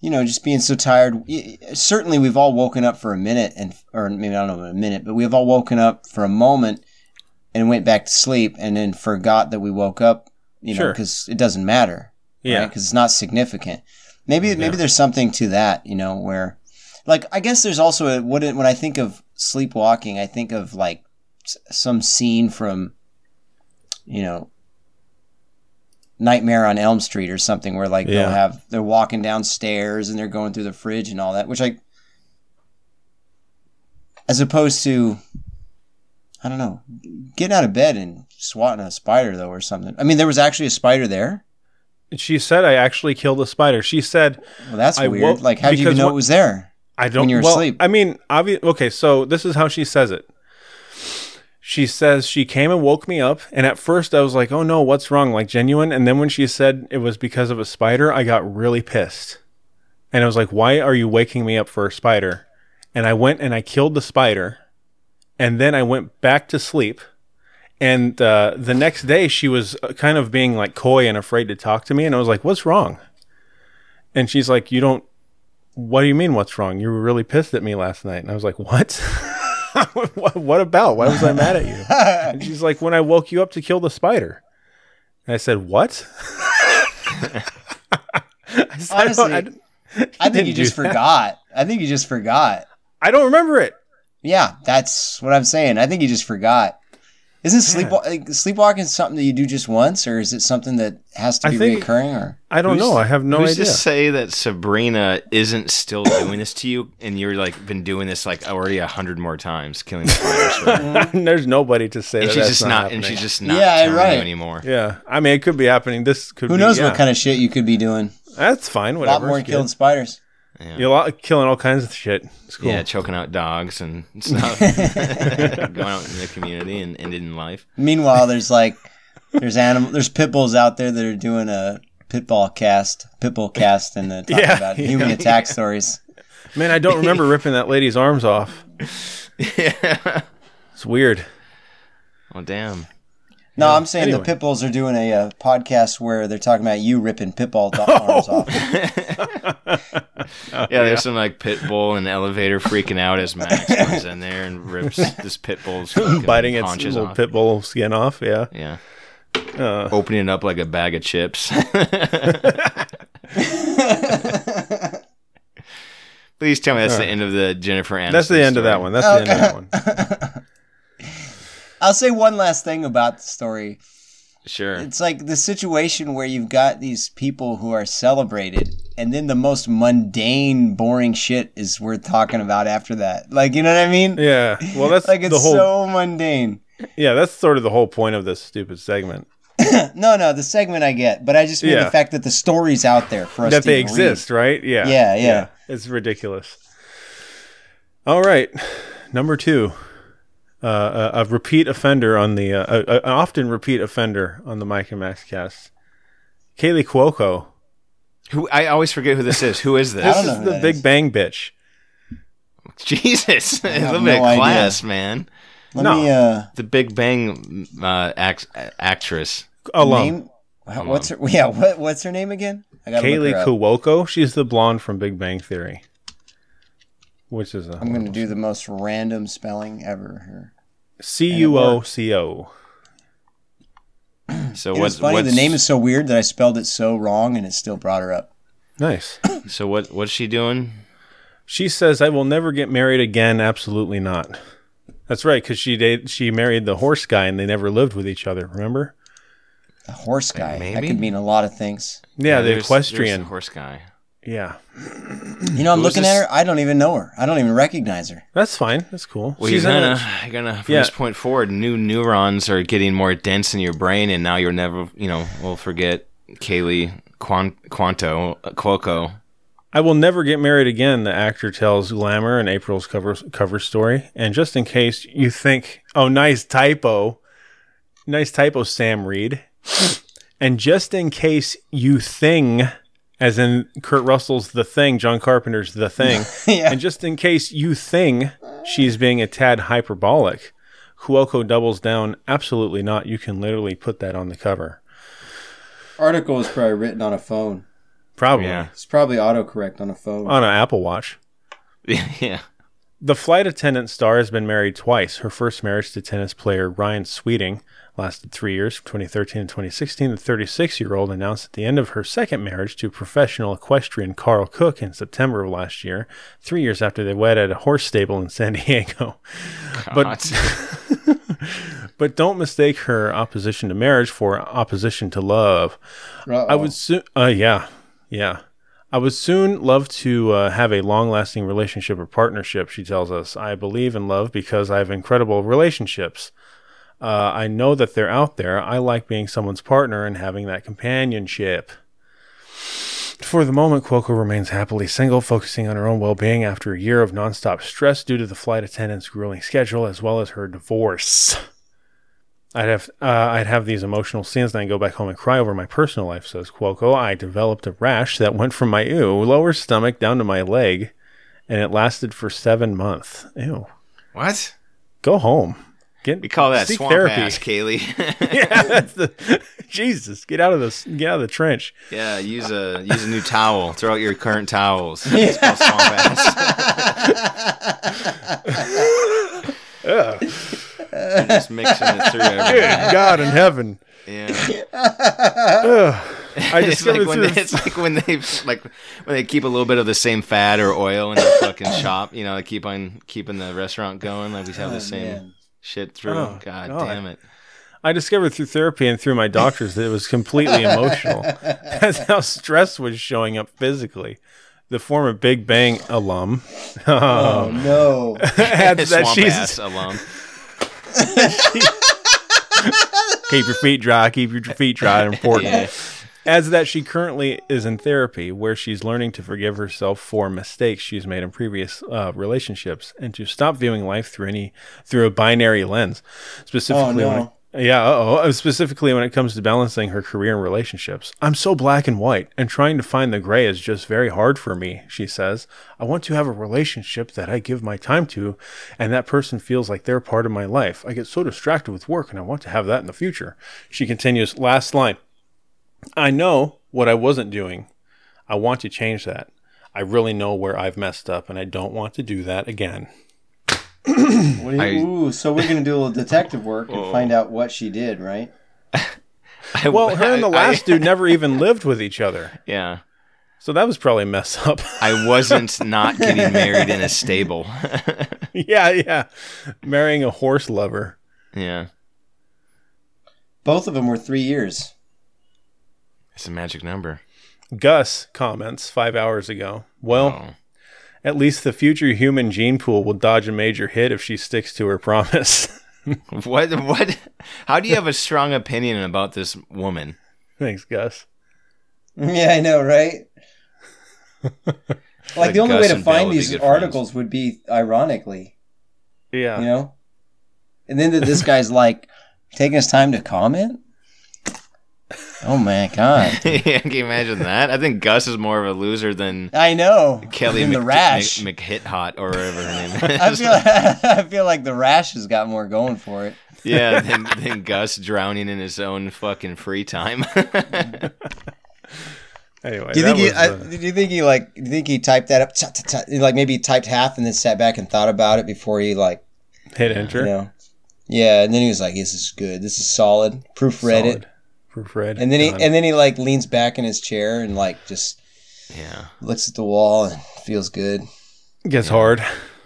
Speaker 2: you know, just being so tired. Y- y- Certainly, we've all woken up for a minute, and or maybe I don't know about a minute, but we've all woken up for a moment and went back to sleep, and then forgot that we woke up. You know,
Speaker 1: Sure.
Speaker 2: because it doesn't matter.
Speaker 1: Yeah,
Speaker 2: because it's not significant. Maybe maybe there's something to that. You know, where like I guess there's also a, what it- when I think of sleepwalking, I think of like s- some scene from, you know. Nightmare on Elm Street or something where like
Speaker 1: Yeah.
Speaker 2: they'll have they're walking downstairs and they're going through the fridge and all that, which I as opposed to I don't know, getting out of bed and swatting a spider though or something. I mean, there was actually a spider there.
Speaker 1: she said I actually killed a spider. She said
Speaker 2: Well, that's
Speaker 1: I
Speaker 2: weird.
Speaker 1: woke-
Speaker 2: like, how do you
Speaker 1: because
Speaker 2: even know
Speaker 1: when-
Speaker 2: it was there?
Speaker 1: I don't.
Speaker 2: when you're
Speaker 1: well,
Speaker 2: asleep.
Speaker 1: I mean, obvi- Okay, so this is how she says it. She says she came and woke me up, and at first I was like, "Oh no, what's wrong?" Like genuine. And then when she said it was because of a spider, I got really pissed, and I was like, "Why are you waking me up for a spider?" And I went and I killed the spider, and then I went back to sleep. And uh, the next day, she was uh, kind of being like coy and afraid to talk to me, and I was like, "What's wrong?" And she's like, "You don't what do you mean what's wrong you were really pissed at me last night and i was like what what, what about why was i mad at you and she's like when i woke you up to kill the spider and i said what "Oh, I said, "I don't-
Speaker 2: Honestly,
Speaker 1: I, don't-
Speaker 2: I think you
Speaker 1: didn't do
Speaker 2: just
Speaker 1: that.
Speaker 2: forgot. I think you just forgot.
Speaker 1: I don't remember it
Speaker 2: Yeah, that's what I'm saying. I think you just forgot. Isn't sleep like, sleepwalking something that you do just once, or is it something that has to
Speaker 1: I
Speaker 2: be
Speaker 1: think-
Speaker 2: reoccurring? Or
Speaker 1: i don't
Speaker 4: Who's-
Speaker 1: know i have no
Speaker 4: Who's
Speaker 1: idea
Speaker 4: to say that Sabrina isn't still doing this to you, and you're like been doing this like already a hundred more times, killing spiders,
Speaker 1: there's nobody to say
Speaker 4: and
Speaker 1: that
Speaker 4: she's
Speaker 1: that's
Speaker 4: just
Speaker 1: not,
Speaker 4: not, and
Speaker 1: happening.
Speaker 4: she's just not
Speaker 2: Yeah,
Speaker 4: telling
Speaker 2: right.
Speaker 4: you anymore.
Speaker 1: yeah i mean it could be happening this could
Speaker 2: who
Speaker 1: be
Speaker 2: knows
Speaker 1: yeah.
Speaker 2: what kind of shit you could be doing?
Speaker 1: that's fine
Speaker 2: A lot
Speaker 1: whatever
Speaker 2: more than
Speaker 1: it's
Speaker 2: killing
Speaker 1: good.
Speaker 2: spiders.
Speaker 1: you're a lot killing all kinds of shit it's cool
Speaker 4: Yeah, choking out dogs and stuff, going out in the community and ending in life.
Speaker 2: Meanwhile, there's like there's animal there's pit bulls out there that are doing a pitbull cast, pitbull cast, and then talking
Speaker 1: Yeah,
Speaker 2: about
Speaker 1: yeah.
Speaker 2: human attack stories.
Speaker 1: man i don't remember ripping that lady's arms off
Speaker 4: yeah.
Speaker 1: it's weird
Speaker 4: Well, damn.
Speaker 2: No, I'm saying
Speaker 1: Anyway.
Speaker 2: the Pitbulls are doing a uh, podcast where they're talking about you ripping Pitbull do- arms
Speaker 1: Oh.
Speaker 2: off.
Speaker 4: yeah, there's some like pit bull in the elevator freaking out as Max comes in there and rips this pit bull's fucking
Speaker 1: biting its
Speaker 4: haunches
Speaker 1: little
Speaker 4: off.
Speaker 1: pit Uh. bull skin off. Yeah.
Speaker 4: Yeah. Opening it up like a bag of chips. Please tell me that's the end of the Jennifer Aniston.
Speaker 1: That's the end of
Speaker 4: story.
Speaker 1: that one. That's the end of that one.
Speaker 2: I'll say one last thing about the story.
Speaker 4: Sure.
Speaker 2: It's like the situation where you've got these people who are celebrated, and then the most mundane, boring shit is worth talking about after that. Like, you know what I mean?
Speaker 1: Yeah. Well, that's
Speaker 2: like it's
Speaker 1: the whole.
Speaker 2: so mundane.
Speaker 1: yeah, that's sort of the whole point of this stupid segment
Speaker 2: No, no, the segment I get, but I just mean
Speaker 1: Yeah.
Speaker 2: the fact that the story's out there for us
Speaker 1: that
Speaker 2: to
Speaker 1: they
Speaker 2: even
Speaker 1: exist, right? Yeah.
Speaker 2: Yeah, yeah.
Speaker 1: It's ridiculous. All right, number two. Uh, a, a repeat offender on the uh, a, a- an often repeat offender on the Mike and Max cast. Kaylee Cuoco.
Speaker 4: Who I always forget who this is. Who is
Speaker 2: I
Speaker 4: this?
Speaker 2: don't
Speaker 1: This
Speaker 2: know
Speaker 1: is
Speaker 2: who
Speaker 1: the
Speaker 2: that
Speaker 1: Big
Speaker 2: is.
Speaker 1: Bang bitch.
Speaker 4: Jesus, a
Speaker 2: have
Speaker 4: little bit
Speaker 2: no
Speaker 4: of
Speaker 2: idea.
Speaker 4: class, man.
Speaker 2: Let
Speaker 1: No.
Speaker 2: me uh,
Speaker 4: The Big Bang uh, act- actress.
Speaker 1: Alum.
Speaker 2: name. wha- What's her? Yeah, what, what's her name again? I gotta look her
Speaker 1: Kaylee
Speaker 2: up.
Speaker 1: Cuoco. She's the blonde from Big Bang Theory, which is
Speaker 2: I'm
Speaker 1: a
Speaker 2: gonna do the most random spelling ever here.
Speaker 1: C U O C O.
Speaker 4: So
Speaker 2: It was
Speaker 4: what's
Speaker 2: funny.
Speaker 4: what's
Speaker 2: The name is so weird that I spelled it so wrong, and it still brought her up.
Speaker 1: Nice.
Speaker 4: So what what's she doing?
Speaker 1: She says, "I will never get married again. Absolutely not." That's right, because she date she married the horse guy, and they never lived with each other. Remember?
Speaker 2: A horse guy. That
Speaker 4: Maybe?
Speaker 2: could mean a lot of things.
Speaker 1: Yeah, the
Speaker 4: there's-
Speaker 1: equestrian.
Speaker 4: there's the horse guy.
Speaker 1: yeah,
Speaker 2: You know, I'm
Speaker 4: Who is
Speaker 2: looking
Speaker 4: this?
Speaker 2: at her. I don't even know her. I don't even recognize her.
Speaker 1: that's fine. That's cool.
Speaker 4: Well, you're
Speaker 1: in
Speaker 4: gonna,
Speaker 1: it.
Speaker 4: you're gonna from
Speaker 1: Yeah.
Speaker 4: this point forward, new neurons are getting more dense in your brain, and now you're never, you know, we'll forget Kaylee Quan- Quanto uh, Cuoco.
Speaker 1: I will never get married again. The actor tells Glamour and April's cover cover story. And just in case you think, oh, nice typo, nice typo, Sam Reed. and just in case you thing, as in Kurt Russell's The Thing, John Carpenter's The Thing.
Speaker 2: yeah.
Speaker 1: And just in case you think she's being a tad hyperbolic, Cuoco doubles down. Absolutely not. You can literally put that on the cover.
Speaker 2: Article was probably written on a phone.
Speaker 1: Probably
Speaker 4: Yeah,
Speaker 2: It's probably autocorrect on a
Speaker 4: Uh,
Speaker 2: phone.
Speaker 1: on an Apple Watch.
Speaker 4: yeah.
Speaker 1: The flight attendant star has been married twice. Her first marriage to tennis player Ryan Sweeting lasted three years, from 2013 and 2016. The 36 year old announced at the end of her second marriage to professional equestrian Carl Cook in September of last year, three years after they wed at a horse stable in San Diego. But, but don't mistake her opposition to marriage for opposition to love. I
Speaker 2: Oh.
Speaker 1: would soon, uh, yeah, yeah. I would soon love to uh, have a long lasting relationship or partnership, she tells us. I believe in love because I have incredible relationships. Uh, I know that they're out there. I like being someone's partner and having that companionship. For the moment, Cuoco remains happily single, focusing on her own well being after a year of nonstop stress due to the flight attendant's grueling schedule as well as her divorce. I'd have uh, I'd have these emotional scenes, then I go back home and cry over my personal life. Says Cuoco. I developed a rash that went from my ew lower stomach down to my leg, and it lasted for seven months. Ew.
Speaker 4: what
Speaker 1: Go home. Get
Speaker 4: we call that
Speaker 1: seek
Speaker 4: swamp
Speaker 1: therapy.
Speaker 4: ass, Kaylee.
Speaker 1: yeah, that's the Jesus. Get out of this. Get out of the trench.
Speaker 4: yeah, use a use a new towel. Throw out your current towels. It's called swamp ass. You're just mixing it through everything.
Speaker 1: God in heaven.
Speaker 4: Yeah.
Speaker 1: I
Speaker 4: It's like,
Speaker 1: discovered
Speaker 4: when
Speaker 1: through
Speaker 4: they,
Speaker 1: the-
Speaker 4: it's like when they like when they keep a little bit of the same fat or oil in their fucking shop. You know, they keep on keeping the restaurant going. Like we have the same
Speaker 2: Oh, man.
Speaker 4: shit through.
Speaker 1: Oh,
Speaker 4: God,
Speaker 1: God.
Speaker 4: damn it!
Speaker 1: I discovered through therapy and through my doctors that it was completely emotional. That's how stress was showing up physically. The former Big Bang alum Um,
Speaker 2: Oh no!
Speaker 1: adds that
Speaker 4: Swamp
Speaker 1: she's
Speaker 4: ass alum.
Speaker 1: keep your feet dry, keep your feet dry, important. Adds that she currently is in therapy where she's learning to forgive herself for mistakes she's made in previous uh, relationships and to stop viewing life through any through a binary lens. Specifically
Speaker 2: Oh
Speaker 1: when it
Speaker 2: no!
Speaker 1: Yeah, oh, specifically when it comes to balancing her career and relationships. I'm so black and white, and trying to find the gray is just very hard for me, she says. I want to have a relationship that I give my time to, and that person feels like they're part of my life. I get so distracted with work, and I want to have that in the future. She continues, last line I know what I wasn't doing. I want to change that. I really know where I've messed up, and I don't want to do that again.
Speaker 2: What do you,
Speaker 4: I-
Speaker 2: ooh, so we're gonna do a little detective work and find out what she did, right?
Speaker 4: I,
Speaker 1: Well, her and the
Speaker 4: I-
Speaker 1: last
Speaker 4: I-
Speaker 1: dude never even lived with each other.
Speaker 4: Yeah.
Speaker 1: So that was probably a mess up.
Speaker 4: I wasn't not getting married in a stable.
Speaker 1: yeah, yeah. Marrying a horse lover.
Speaker 4: yeah.
Speaker 2: Both of them were three years.
Speaker 4: It's a magic number.
Speaker 1: Gus comments five hours ago. Well,
Speaker 4: Oh.
Speaker 1: at least the future human gene pool will dodge a major hit if she sticks to her promise. Oh.
Speaker 4: What what how do you have a strong opinion about this woman?
Speaker 1: Thanks, Gus.
Speaker 2: Yeah, I know, right? like
Speaker 4: Like
Speaker 2: the only
Speaker 4: Gus
Speaker 2: way to
Speaker 4: and Bill
Speaker 2: find
Speaker 4: would be
Speaker 2: these
Speaker 4: good friends.
Speaker 2: articles would be ironically,
Speaker 1: Yeah.
Speaker 2: you know. And then that this guy's like taking his time to comment. Oh my god!
Speaker 4: yeah, can you imagine that? I think Gus is more of a loser than
Speaker 2: I know
Speaker 4: Kelly
Speaker 2: in
Speaker 4: Mc,
Speaker 2: the rash.
Speaker 4: Mc, McHithot or whatever her name is.
Speaker 2: I feel I feel like the rash has got more going for it.
Speaker 4: yeah, than, than Gus drowning in his own fucking free time.
Speaker 1: Anyway,
Speaker 2: Do you
Speaker 1: that
Speaker 2: think he?
Speaker 1: was
Speaker 2: I,
Speaker 1: the-
Speaker 2: do you think he like? Do you think he typed that up? Tut, tut, tut, like maybe he typed half and then sat back and thought about it before he like
Speaker 1: hit enter.
Speaker 2: you know. Yeah, and then he was like, "This is good. This is solid." Proofread it,
Speaker 1: Solid. Proofread.
Speaker 2: and then he
Speaker 1: Done.
Speaker 2: and then he like leans back in his chair and like just
Speaker 4: yeah.
Speaker 2: looks at the wall and feels good.
Speaker 1: gets hard.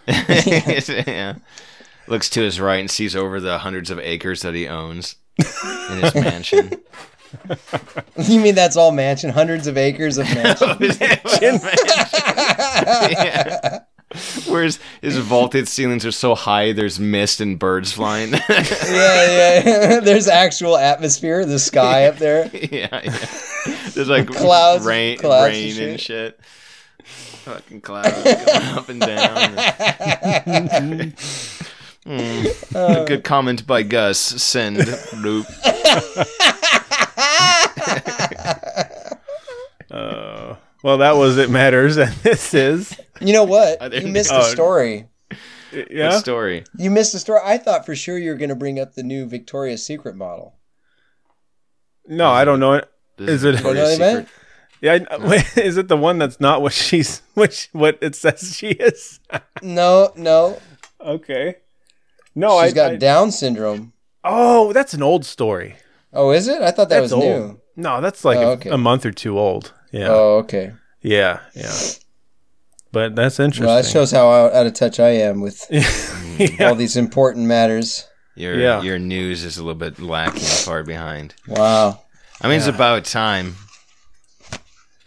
Speaker 4: yeah. Looks to his right and sees over the hundreds of acres that he owns in his mansion.
Speaker 2: you mean that's all mansion? Hundreds of acres of mansion.
Speaker 4: Yeah. Whereas his vaulted ceilings are so high, there's mist and birds flying. yeah,
Speaker 2: yeah, yeah. There's actual atmosphere. The sky up there.
Speaker 4: yeah. There's like
Speaker 2: Clouds-
Speaker 4: rain,
Speaker 2: clouds
Speaker 4: rain
Speaker 2: and
Speaker 4: and shit. Fucking clouds going up and down. Mm.
Speaker 2: Uh.
Speaker 4: A good comment by Gus. Send loop.
Speaker 1: Uh, well, that was It Matters, and this is.
Speaker 2: You know
Speaker 4: Are
Speaker 2: what?
Speaker 4: there
Speaker 2: You
Speaker 4: no-
Speaker 2: missed the
Speaker 1: Oh.
Speaker 2: story.
Speaker 1: Yeah.
Speaker 4: story.
Speaker 2: You missed the story. I thought for sure you were going to bring up the new Victoria's Secret model.
Speaker 1: No, I don't know it.
Speaker 4: This
Speaker 1: Is it-
Speaker 4: Victoria's
Speaker 2: You know what I meant?
Speaker 4: Secret.
Speaker 1: Yeah, I- wait, is it the one that's not what she's which what it says she is?
Speaker 2: No, no.
Speaker 1: okay. No,
Speaker 2: She's
Speaker 1: I,
Speaker 2: got
Speaker 1: I-
Speaker 2: Down syndrome.
Speaker 1: Oh, that's an old story.
Speaker 2: Oh, is it? I thought that
Speaker 1: That's
Speaker 2: was
Speaker 1: old.
Speaker 2: new.
Speaker 1: No, that's like
Speaker 2: Oh,
Speaker 1: a,
Speaker 2: okay.
Speaker 1: a month or two old. Yeah.
Speaker 2: Oh, okay.
Speaker 1: Yeah, yeah. But that's interesting.
Speaker 2: Well, that shows how out, out of touch I am with
Speaker 1: yeah.
Speaker 2: all these important matters.
Speaker 4: Your
Speaker 1: Yeah.
Speaker 4: your news is a little bit lacking, far behind.
Speaker 2: Wow.
Speaker 4: I mean, it's about time.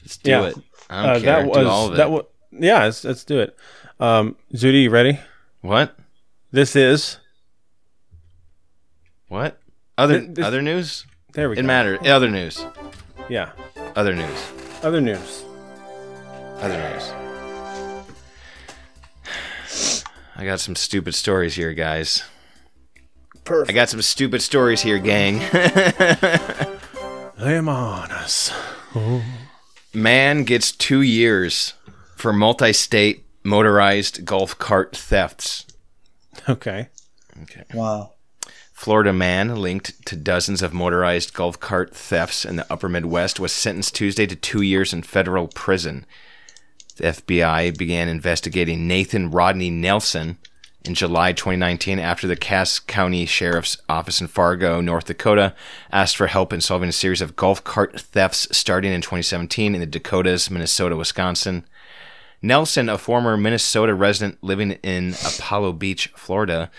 Speaker 4: Let's do
Speaker 1: Yeah.
Speaker 4: it. I don't
Speaker 1: Uh,
Speaker 4: care.
Speaker 1: that was
Speaker 4: do all of it.
Speaker 1: that was yeah. Let's, let's do it. Um, Zudi, you ready?
Speaker 4: what?
Speaker 1: This is
Speaker 4: What? Other
Speaker 1: Th- this-
Speaker 4: other news?
Speaker 1: there we
Speaker 4: It
Speaker 1: go.
Speaker 4: matters. Other news.
Speaker 1: Yeah.
Speaker 4: Other news.
Speaker 1: Other news.
Speaker 4: Other news. I got some stupid stories here, guys.
Speaker 1: Perfect.
Speaker 4: I got some stupid stories here, gang.
Speaker 1: Lay 'em on us.
Speaker 4: Man gets two years for multi-state motorized golf cart thefts.
Speaker 1: Okay.
Speaker 2: Wow.
Speaker 4: Florida man linked to dozens of motorized golf cart thefts in the upper Midwest was sentenced Tuesday to two years in federal prison. The FBI began investigating Nathan Rodney Nelson in July 2019 after the Cass County Sheriff's Office in Fargo, North Dakota, asked for help in solving a series of golf cart thefts starting in 2017 in the Dakotas, Minnesota, Wisconsin. Nelson, a former Minnesota resident living in Apollo Beach, Florida,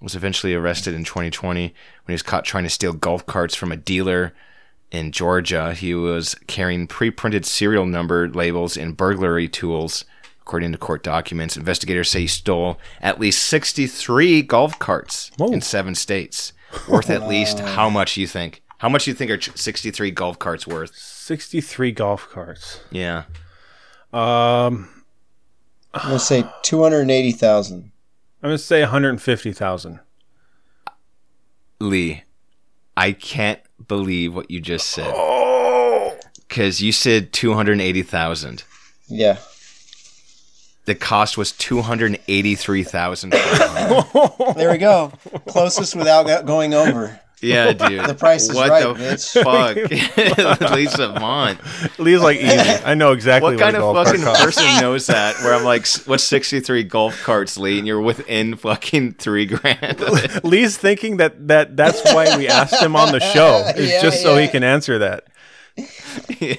Speaker 4: was eventually arrested in 2020 when he was caught trying to steal golf carts from a dealer in Georgia. He was carrying pre-printed serial number labels and burglary tools, according to court documents. Investigators say he stole at least 63 golf carts
Speaker 1: Whoa.
Speaker 4: in seven states, worth at least how much you think? How much you think are ch- 63 golf carts worth?
Speaker 1: Sixty-three golf carts.
Speaker 4: Yeah,
Speaker 1: Um,
Speaker 2: I'm going to say 280,000.
Speaker 1: I'm gonna say one hundred and fifty thousand.
Speaker 4: Lee, I can't believe what you just said
Speaker 1: Oh,
Speaker 4: because you said two hundred eighty thousand.
Speaker 2: Yeah.
Speaker 4: The cost was two hundred eighty-three thousand.
Speaker 2: There we go. Closest without go- going over.
Speaker 4: yeah, dude.
Speaker 2: The price is
Speaker 4: what
Speaker 2: right,
Speaker 4: the fuck, Lisa Mont?
Speaker 1: Lee's like easy. I know exactly
Speaker 4: What
Speaker 1: what,
Speaker 4: kind
Speaker 1: a
Speaker 4: of
Speaker 1: golf cart
Speaker 4: fucking
Speaker 1: costs.
Speaker 4: person knows that? Where I'm like, "S- what's sixty-three golf carts, Lee, and you're within fucking three grand. of it.
Speaker 1: Lee's thinking that, that that's why we asked him on the show. It's
Speaker 2: Yeah,
Speaker 1: just so he
Speaker 2: yeah.
Speaker 1: can answer that.
Speaker 4: yeah.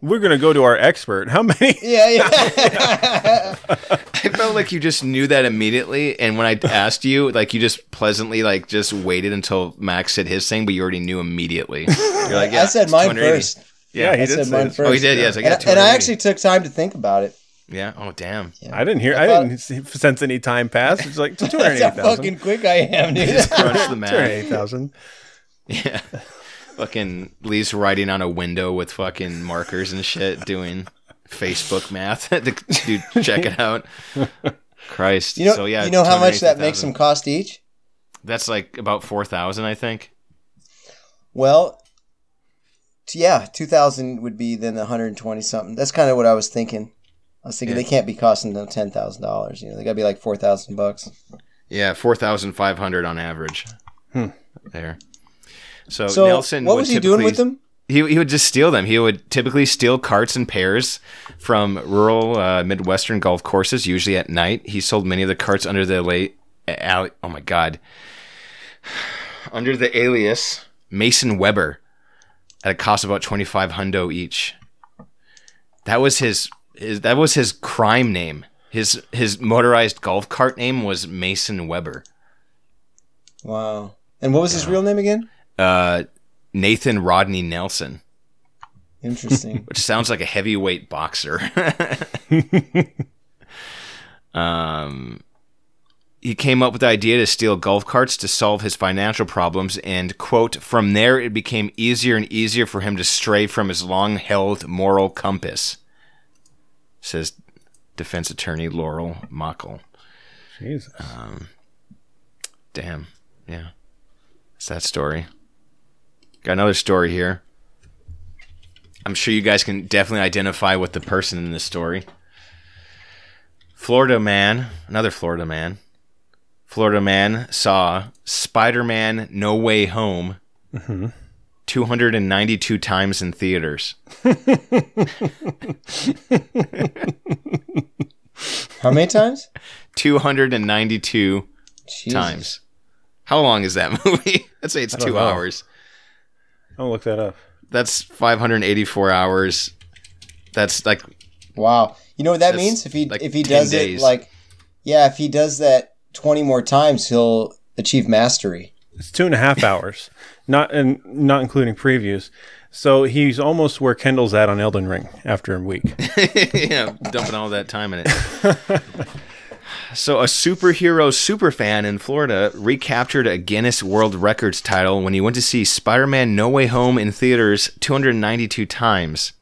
Speaker 1: We're gonna go to our expert. How many?
Speaker 2: Yeah, yeah.
Speaker 4: I felt like you just knew that immediately, and when I asked you, like you just pleasantly like just waited until Max said his thing, but you already knew immediately. You're like,
Speaker 2: I said
Speaker 4: it's
Speaker 2: mine
Speaker 4: 280.
Speaker 2: first.
Speaker 4: Yeah,
Speaker 1: he
Speaker 2: I said
Speaker 1: say
Speaker 2: mine
Speaker 1: that.
Speaker 2: first.
Speaker 4: Oh, he did. Yes, I
Speaker 2: And,
Speaker 4: got
Speaker 2: and I actually took time to think about it.
Speaker 4: Yeah. Oh, damn.
Speaker 1: I didn't hear. I,
Speaker 2: thought-
Speaker 1: didn't see, sense any time pass. It's like two hundred
Speaker 2: That's how
Speaker 1: eighty thousand.
Speaker 2: fucking quick I am, dude.
Speaker 4: Just crunch the
Speaker 1: Two hundred
Speaker 4: math.
Speaker 1: eighty thousand.
Speaker 4: Yeah. Fucking Lee's writing on a window with fucking markers and shit, doing Facebook math. Dude, check it out. Christ.
Speaker 2: You know,
Speaker 4: so yeah,
Speaker 2: you know how much that makes
Speaker 4: 280,000.
Speaker 2: them cost each?
Speaker 4: That's like about four thousand, I think.
Speaker 2: Well, t- yeah, 2000 would be then the 120 something. That's kind of what I was thinking. I was thinking
Speaker 4: Yeah.
Speaker 2: they can't be costing them $10,000, you know. They got to be like 4,000 bucks.
Speaker 4: Yeah, four thousand five hundred on average. There. So,
Speaker 2: Hmm. So,
Speaker 4: Nelson.
Speaker 2: what
Speaker 4: would
Speaker 2: was he doing with
Speaker 4: typically-
Speaker 2: them?
Speaker 4: He, he would just steal them. He would typically steal carts and pairs from rural uh, Midwestern golf courses, usually at night. He sold many of the carts under the late alley. Oh my god, under the alias Mason Weber, at a cost of about twenty five hundo each. That was his, his. That was his crime name. His his motorized golf cart name was Mason Weber.
Speaker 2: Wow. And what was his real name again?
Speaker 4: Uh, Nathan Rodney Nelson.
Speaker 2: Interesting.
Speaker 4: which sounds like a heavyweight boxer. um, he came up with the idea to steal golf carts to solve his financial problems, and quote, from there it became easier and easier for him to stray from his long held moral compass, says defense attorney Laurel Mockle.
Speaker 1: Jesus.
Speaker 4: Damn. Yeah. It's that story. Got another story here. I'm sure you guys can definitely identify with the person in this story. Florida man, another Florida man. Florida man saw Spider Man No Way Home 292 times in theaters.
Speaker 2: how many times?
Speaker 4: 292
Speaker 2: Jesus.
Speaker 4: times. How long is that movie? Let's say it's two
Speaker 1: know.
Speaker 4: hours.
Speaker 1: I'll look that up.
Speaker 4: that's 584 hours. That's like
Speaker 2: Wow. You know what that
Speaker 4: That's
Speaker 2: means? If he
Speaker 4: like
Speaker 2: if he
Speaker 4: 10
Speaker 2: does
Speaker 4: days.
Speaker 2: it like yeah, if he does that 20 more times, he'll achieve mastery.
Speaker 1: It's two and a half hours, not and not including previews. So he's almost where Kendall's at on Elden Ring after a week.
Speaker 4: yeah, dumping all that time in it. so a superhero superfan in Florida recaptured a Guinness World Records title when he went to see Spider-Man No Way Home in theaters 292 times.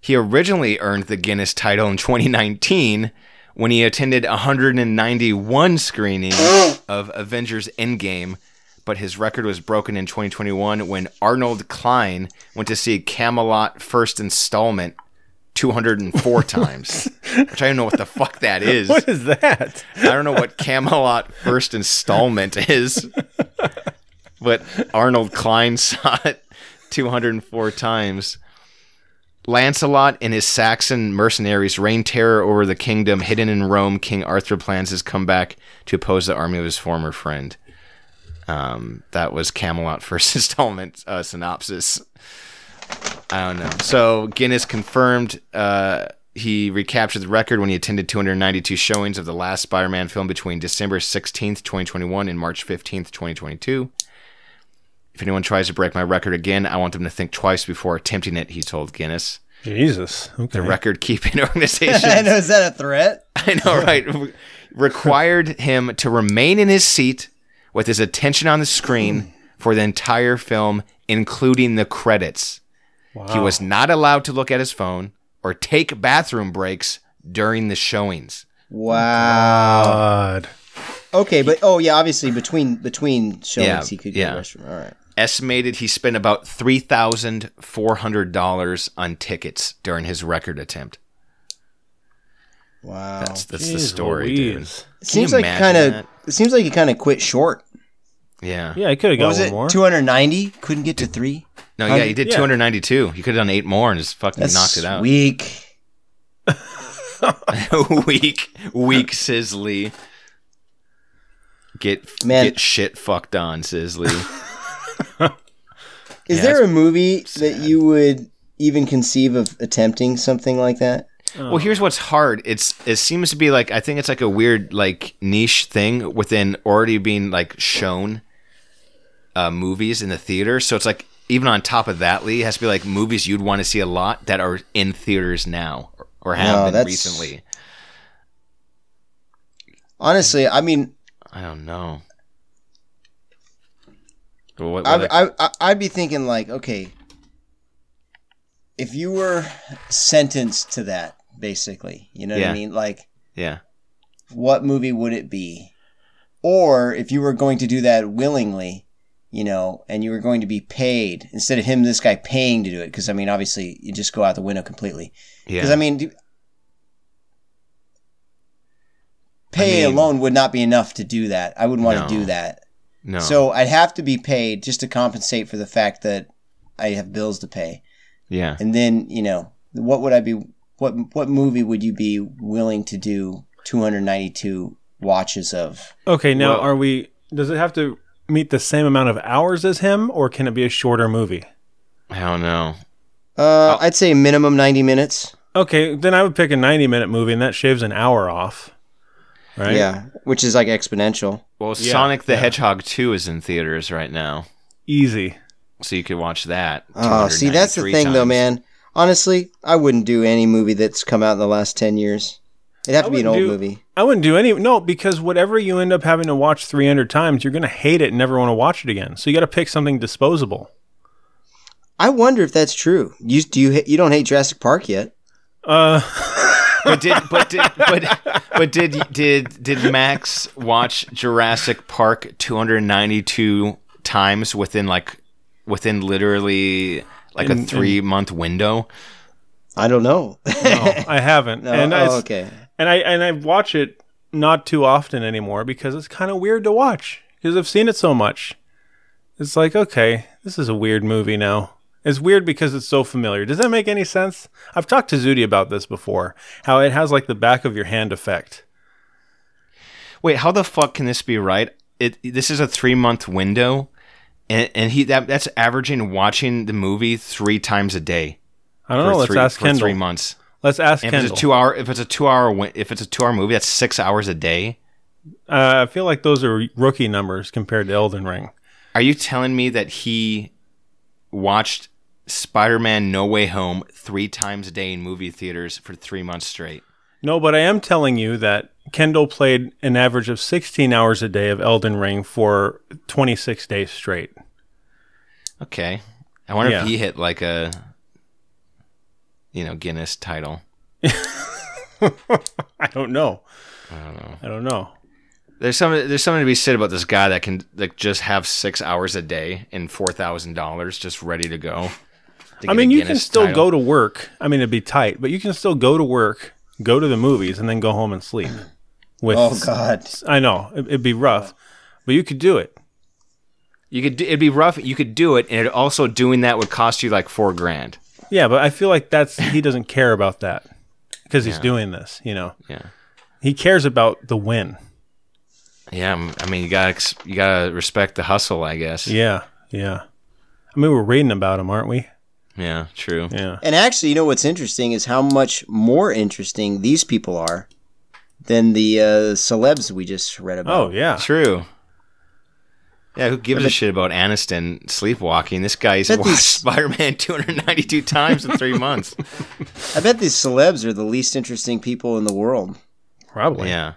Speaker 4: He originally earned the Guinness title in 2019 when he attended 191 screenings of Avengers Endgame, but his record was broken in 2021 when Arnold Klein went to see Camelot first installment 204 times, which I don't know what the fuck that is.
Speaker 1: What is that?
Speaker 4: I don't know what Camelot first installment is, but Arnold Klein saw it 204 times. Lancelot and his Saxon mercenaries reign terror over the kingdom. Hidden in Rome, King Arthur plans his comeback to oppose the army of his former friend. Um, that was Camelot first installment uh, synopsis. I don't know. So Guinness confirmed uh, he recaptured the record when he attended 292 showings of the last Spider-Man film between December 16th, 2021, and March 15th, 2022. If anyone tries to break my record again, I want them to think twice before attempting it. He told Guinness,
Speaker 1: Jesus. Okay.
Speaker 4: the record-keeping organization.
Speaker 2: I know, is that a threat?
Speaker 4: I know, right? Required him to remain in his seat with his attention on the screen for the entire film, including the credits. He was not allowed to look at his phone or take bathroom breaks during the showings.
Speaker 2: Wow.
Speaker 1: God.
Speaker 2: Okay, but oh yeah, obviously between between showings
Speaker 4: Yeah,
Speaker 2: he could
Speaker 4: yeah.
Speaker 2: go to the restroom. All right.
Speaker 4: estimated he spent about three thousand four hundred dollars on tickets during his record attempt.
Speaker 2: Wow.
Speaker 4: That's that's the story, dude.
Speaker 2: it seems
Speaker 4: you
Speaker 2: like kind
Speaker 4: imagine
Speaker 2: of. It seems like he kind of quit short.
Speaker 4: Yeah.
Speaker 1: Yeah, I could have
Speaker 2: What
Speaker 1: got
Speaker 2: was
Speaker 1: one
Speaker 2: it?
Speaker 1: more.
Speaker 2: Two hundred ninety. Couldn't get to three.
Speaker 4: No,
Speaker 2: How
Speaker 4: yeah,
Speaker 2: did-
Speaker 4: he did
Speaker 1: yeah.
Speaker 4: 292. He could have done eight more and just fucking
Speaker 2: That's
Speaker 4: knocked it out.
Speaker 2: weak.
Speaker 4: weak, weak Sisley. Get
Speaker 2: Man.
Speaker 4: get shit fucked on, Sisley.
Speaker 2: Is
Speaker 4: Yeah,
Speaker 2: there a movie that
Speaker 4: sad.
Speaker 2: you would even conceive of attempting something like that?
Speaker 4: Well, here's what's hard. It's it seems to be like I think it's like a weird like niche thing within already being like shown uh, movies in the theater. So it's like even on top of that, Lee it has to be like movies you'd want to see a lot that are in theaters now or have
Speaker 2: No,
Speaker 4: been
Speaker 2: that's-
Speaker 4: recently.
Speaker 2: Honestly, I mean,
Speaker 4: I don't know. But what-
Speaker 2: I,
Speaker 4: what-
Speaker 2: I, I, I'd be thinking like, okay, if you were sentenced to that, basically, you know what
Speaker 4: Yeah.
Speaker 2: I mean? Like,
Speaker 4: yeah,
Speaker 2: what movie would it be? Or if you were going to do that willingly, you know, and you were going to be paid instead of him, this guy paying to do it, because I mean, obviously, you just go out the window completely.
Speaker 4: yeah.
Speaker 2: Because I mean, do, pay
Speaker 4: I mean-
Speaker 2: alone would not be enough to do that. I wouldn't want
Speaker 4: No.
Speaker 2: to do that.
Speaker 4: no.
Speaker 2: So I'd have to be paid just to compensate for the fact that I have bills to pay.
Speaker 4: yeah.
Speaker 2: And then, you know, what would I be? What what movie would you be willing to do 292 watches of?
Speaker 1: Okay, now
Speaker 4: Well-
Speaker 1: are we? Does it have to meet the same amount of hours as him, or can it be a shorter movie?
Speaker 4: I don't know.
Speaker 2: Uh, I'd say minimum 90 minutes.
Speaker 1: Okay, then I would pick a ninety-minute movie, and that shaves an hour off. Right?
Speaker 2: Yeah, which is like exponential.
Speaker 4: Well,
Speaker 1: Yeah,
Speaker 4: Sonic the
Speaker 1: yeah.
Speaker 4: Hedgehog 2 is in theaters right now,
Speaker 1: Easy.
Speaker 4: so you could watch that.
Speaker 2: Oh, see, that's the
Speaker 4: 293
Speaker 2: thing, though,
Speaker 4: times.
Speaker 2: man. Honestly, I wouldn't do any movie that's come out in the last 10 years. It'd have
Speaker 1: I
Speaker 2: to be an old
Speaker 1: wouldn't do-
Speaker 2: movie.
Speaker 1: I wouldn't do any. No, because whatever you end up having to watch three hundred times, you're gonna hate it and never want to watch it again. So you got to pick something disposable.
Speaker 2: I wonder if that's true. You do you ha- you don't hate Jurassic Park yet?
Speaker 1: Uh,
Speaker 4: But did but did but, but did did did Max watch Jurassic Park 292 times within like within literally like a 3 month window?
Speaker 2: I don't know.
Speaker 1: no, I haven't.
Speaker 2: No,
Speaker 1: and I,
Speaker 2: oh, okay.
Speaker 1: and I and I watch it not too often anymore because it's kind of weird to watch because I've seen it so much. It's like okay, this is a weird movie now. It's weird because it's so familiar. Does that make any sense? I've talked to Zudi about this before. How it has like the back of your hand effect.
Speaker 4: Wait, how the fuck can this be right? It this is a 3 month window and and he that that's averaging watching the movie 3 times a day.
Speaker 1: I don't know. Let's
Speaker 4: three,
Speaker 1: ask
Speaker 4: for three
Speaker 1: Kendall.
Speaker 4: months.
Speaker 1: Let's ask
Speaker 4: And if
Speaker 1: Kendall.
Speaker 4: it's a two hour, if it's a two hour, win- if it's a two hour movie, that's six hours a day.
Speaker 1: uh, I feel like those are rookie numbers compared to Elden Ring.
Speaker 4: Are you telling me that he watched Spider Man No Way Home three times a day in movie theaters for three months straight?
Speaker 1: No, but I am telling you that Kendall played an average of 16 hours a day of Elden Ring for 26 days straight.
Speaker 4: Okay, I wonder
Speaker 1: Yeah.
Speaker 4: if he hit like a, you know, Guinness title.
Speaker 1: I don't know. I don't know. I don't know.
Speaker 4: There's something there's something to be said about this guy that can like just have six hours a day and four thousand dollars just ready to go. to
Speaker 1: I
Speaker 4: get
Speaker 1: mean,
Speaker 4: a
Speaker 1: you can
Speaker 4: Guinness
Speaker 1: still
Speaker 4: title.
Speaker 1: go to work. I mean, it'd be tight, but you can still go to work, go to the movies, and then go home and sleep. With
Speaker 2: Oh god.
Speaker 1: I know it- it'd be rough, but you could do it.
Speaker 4: You could do, it'd be rough. You could do it, and it also doing that would cost you like four grand.
Speaker 1: Yeah, but I feel like that's he doesn't care about that because he's doing this. You know,
Speaker 4: Yeah,
Speaker 1: he cares about the win.
Speaker 4: yeah. I'm- I mean, you gotta ex- you gotta respect the hustle, I guess.
Speaker 1: Yeah, yeah. I mean, we're reading about him, aren't we?
Speaker 4: Yeah, true.
Speaker 1: Yeah.
Speaker 2: And actually, you know what's interesting is how much more interesting these people are than the uh, celebs we just read about.
Speaker 1: Oh yeah.
Speaker 4: True. Yeah, who gives a shit about Aniston sleepwalking? This guy's
Speaker 2: That
Speaker 4: watched
Speaker 2: is-
Speaker 4: Spider-Man 292 times in three months.
Speaker 2: I bet these celebs are the least interesting people in the world.
Speaker 1: Probably.
Speaker 4: yeah.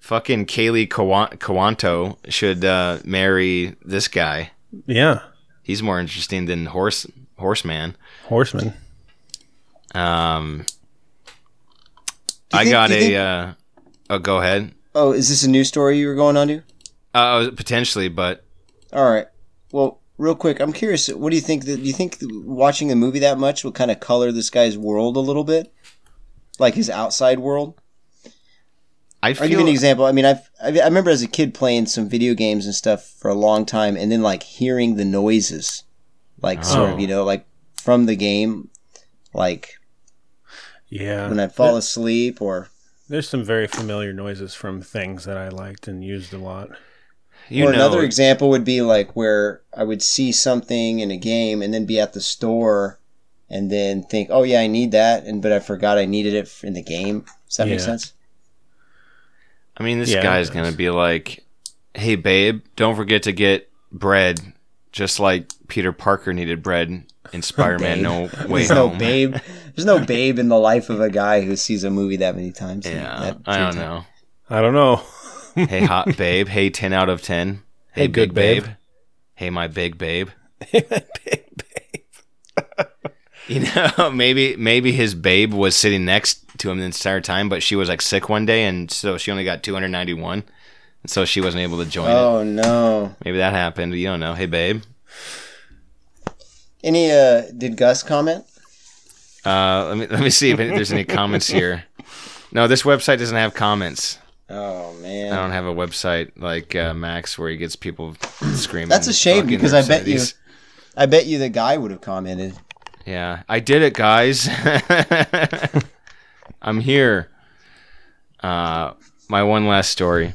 Speaker 4: Fucking Kaylee Kawa- Kawanto should uh, marry this guy.
Speaker 1: Yeah.
Speaker 4: He's more interesting than horse horseman.
Speaker 1: Horseman.
Speaker 4: Um,
Speaker 2: you
Speaker 4: I
Speaker 2: think-
Speaker 4: got
Speaker 2: do
Speaker 4: a.
Speaker 2: you think-
Speaker 4: uh, oh, go ahead.
Speaker 2: Oh, is this a new story you were going on to?
Speaker 4: Uh, potentially, but
Speaker 2: All right. Well, real quick, I'm curious. What do you think? That do you think th- watching the movie that much will kind of color this guy's world a little bit, like his outside world?
Speaker 4: I
Speaker 2: I'll give you
Speaker 4: feel
Speaker 2: an example. I mean, I've, I've I remember as a kid playing some video games and stuff for a long time, and then like hearing the noises, like sort
Speaker 1: Oh.
Speaker 2: of you know, like from the game, like
Speaker 1: Yeah.
Speaker 2: when I fall asleep or
Speaker 1: There's some very familiar noises from things that I liked and used a lot.
Speaker 4: you
Speaker 2: or
Speaker 4: know
Speaker 2: another example would be like where I would see something in a game and then be at the store and then think, oh yeah, I need that, and but I forgot I needed it in the game. Does that make
Speaker 1: Yeah.
Speaker 2: sense?
Speaker 4: I mean, this
Speaker 1: Yeah,
Speaker 4: guy's
Speaker 1: it
Speaker 4: gonna
Speaker 1: does.
Speaker 4: be like, "Hey, babe, don't forget to get bread, just like Peter Parker needed bread in Spider-Man: No Way
Speaker 2: There's no
Speaker 4: Home."
Speaker 2: Oh, babe. There's no babe in the life of a guy who sees a movie that many times.
Speaker 4: Yeah,
Speaker 2: That-
Speaker 4: I don't know.
Speaker 1: I don't know.
Speaker 4: Hey, hot babe. Hey, ten out of ten. Hey,
Speaker 1: Hey,
Speaker 4: big
Speaker 1: good
Speaker 4: babe.
Speaker 1: babe.
Speaker 4: Hey, my big babe. You know, maybe maybe his babe was sitting next to him the entire time, but she was like sick one day, and so she only got 291, and so she wasn't able to join it.
Speaker 2: Oh no.
Speaker 4: Maybe that happened. You don't know. Hey, babe.
Speaker 2: Any uh did Gus comment?
Speaker 4: Uh, let me let me see if there's any comments here. No, this website doesn't have comments.
Speaker 2: Oh man.
Speaker 4: I don't have a website like uh, Max where he gets people screaming.
Speaker 2: That's a shame,
Speaker 4: fucking
Speaker 2: because I bet you-
Speaker 4: obscenities.
Speaker 2: I bet you the guy would have commented.
Speaker 4: Yeah, I did it, guys. I'm here. Uh, my one last story.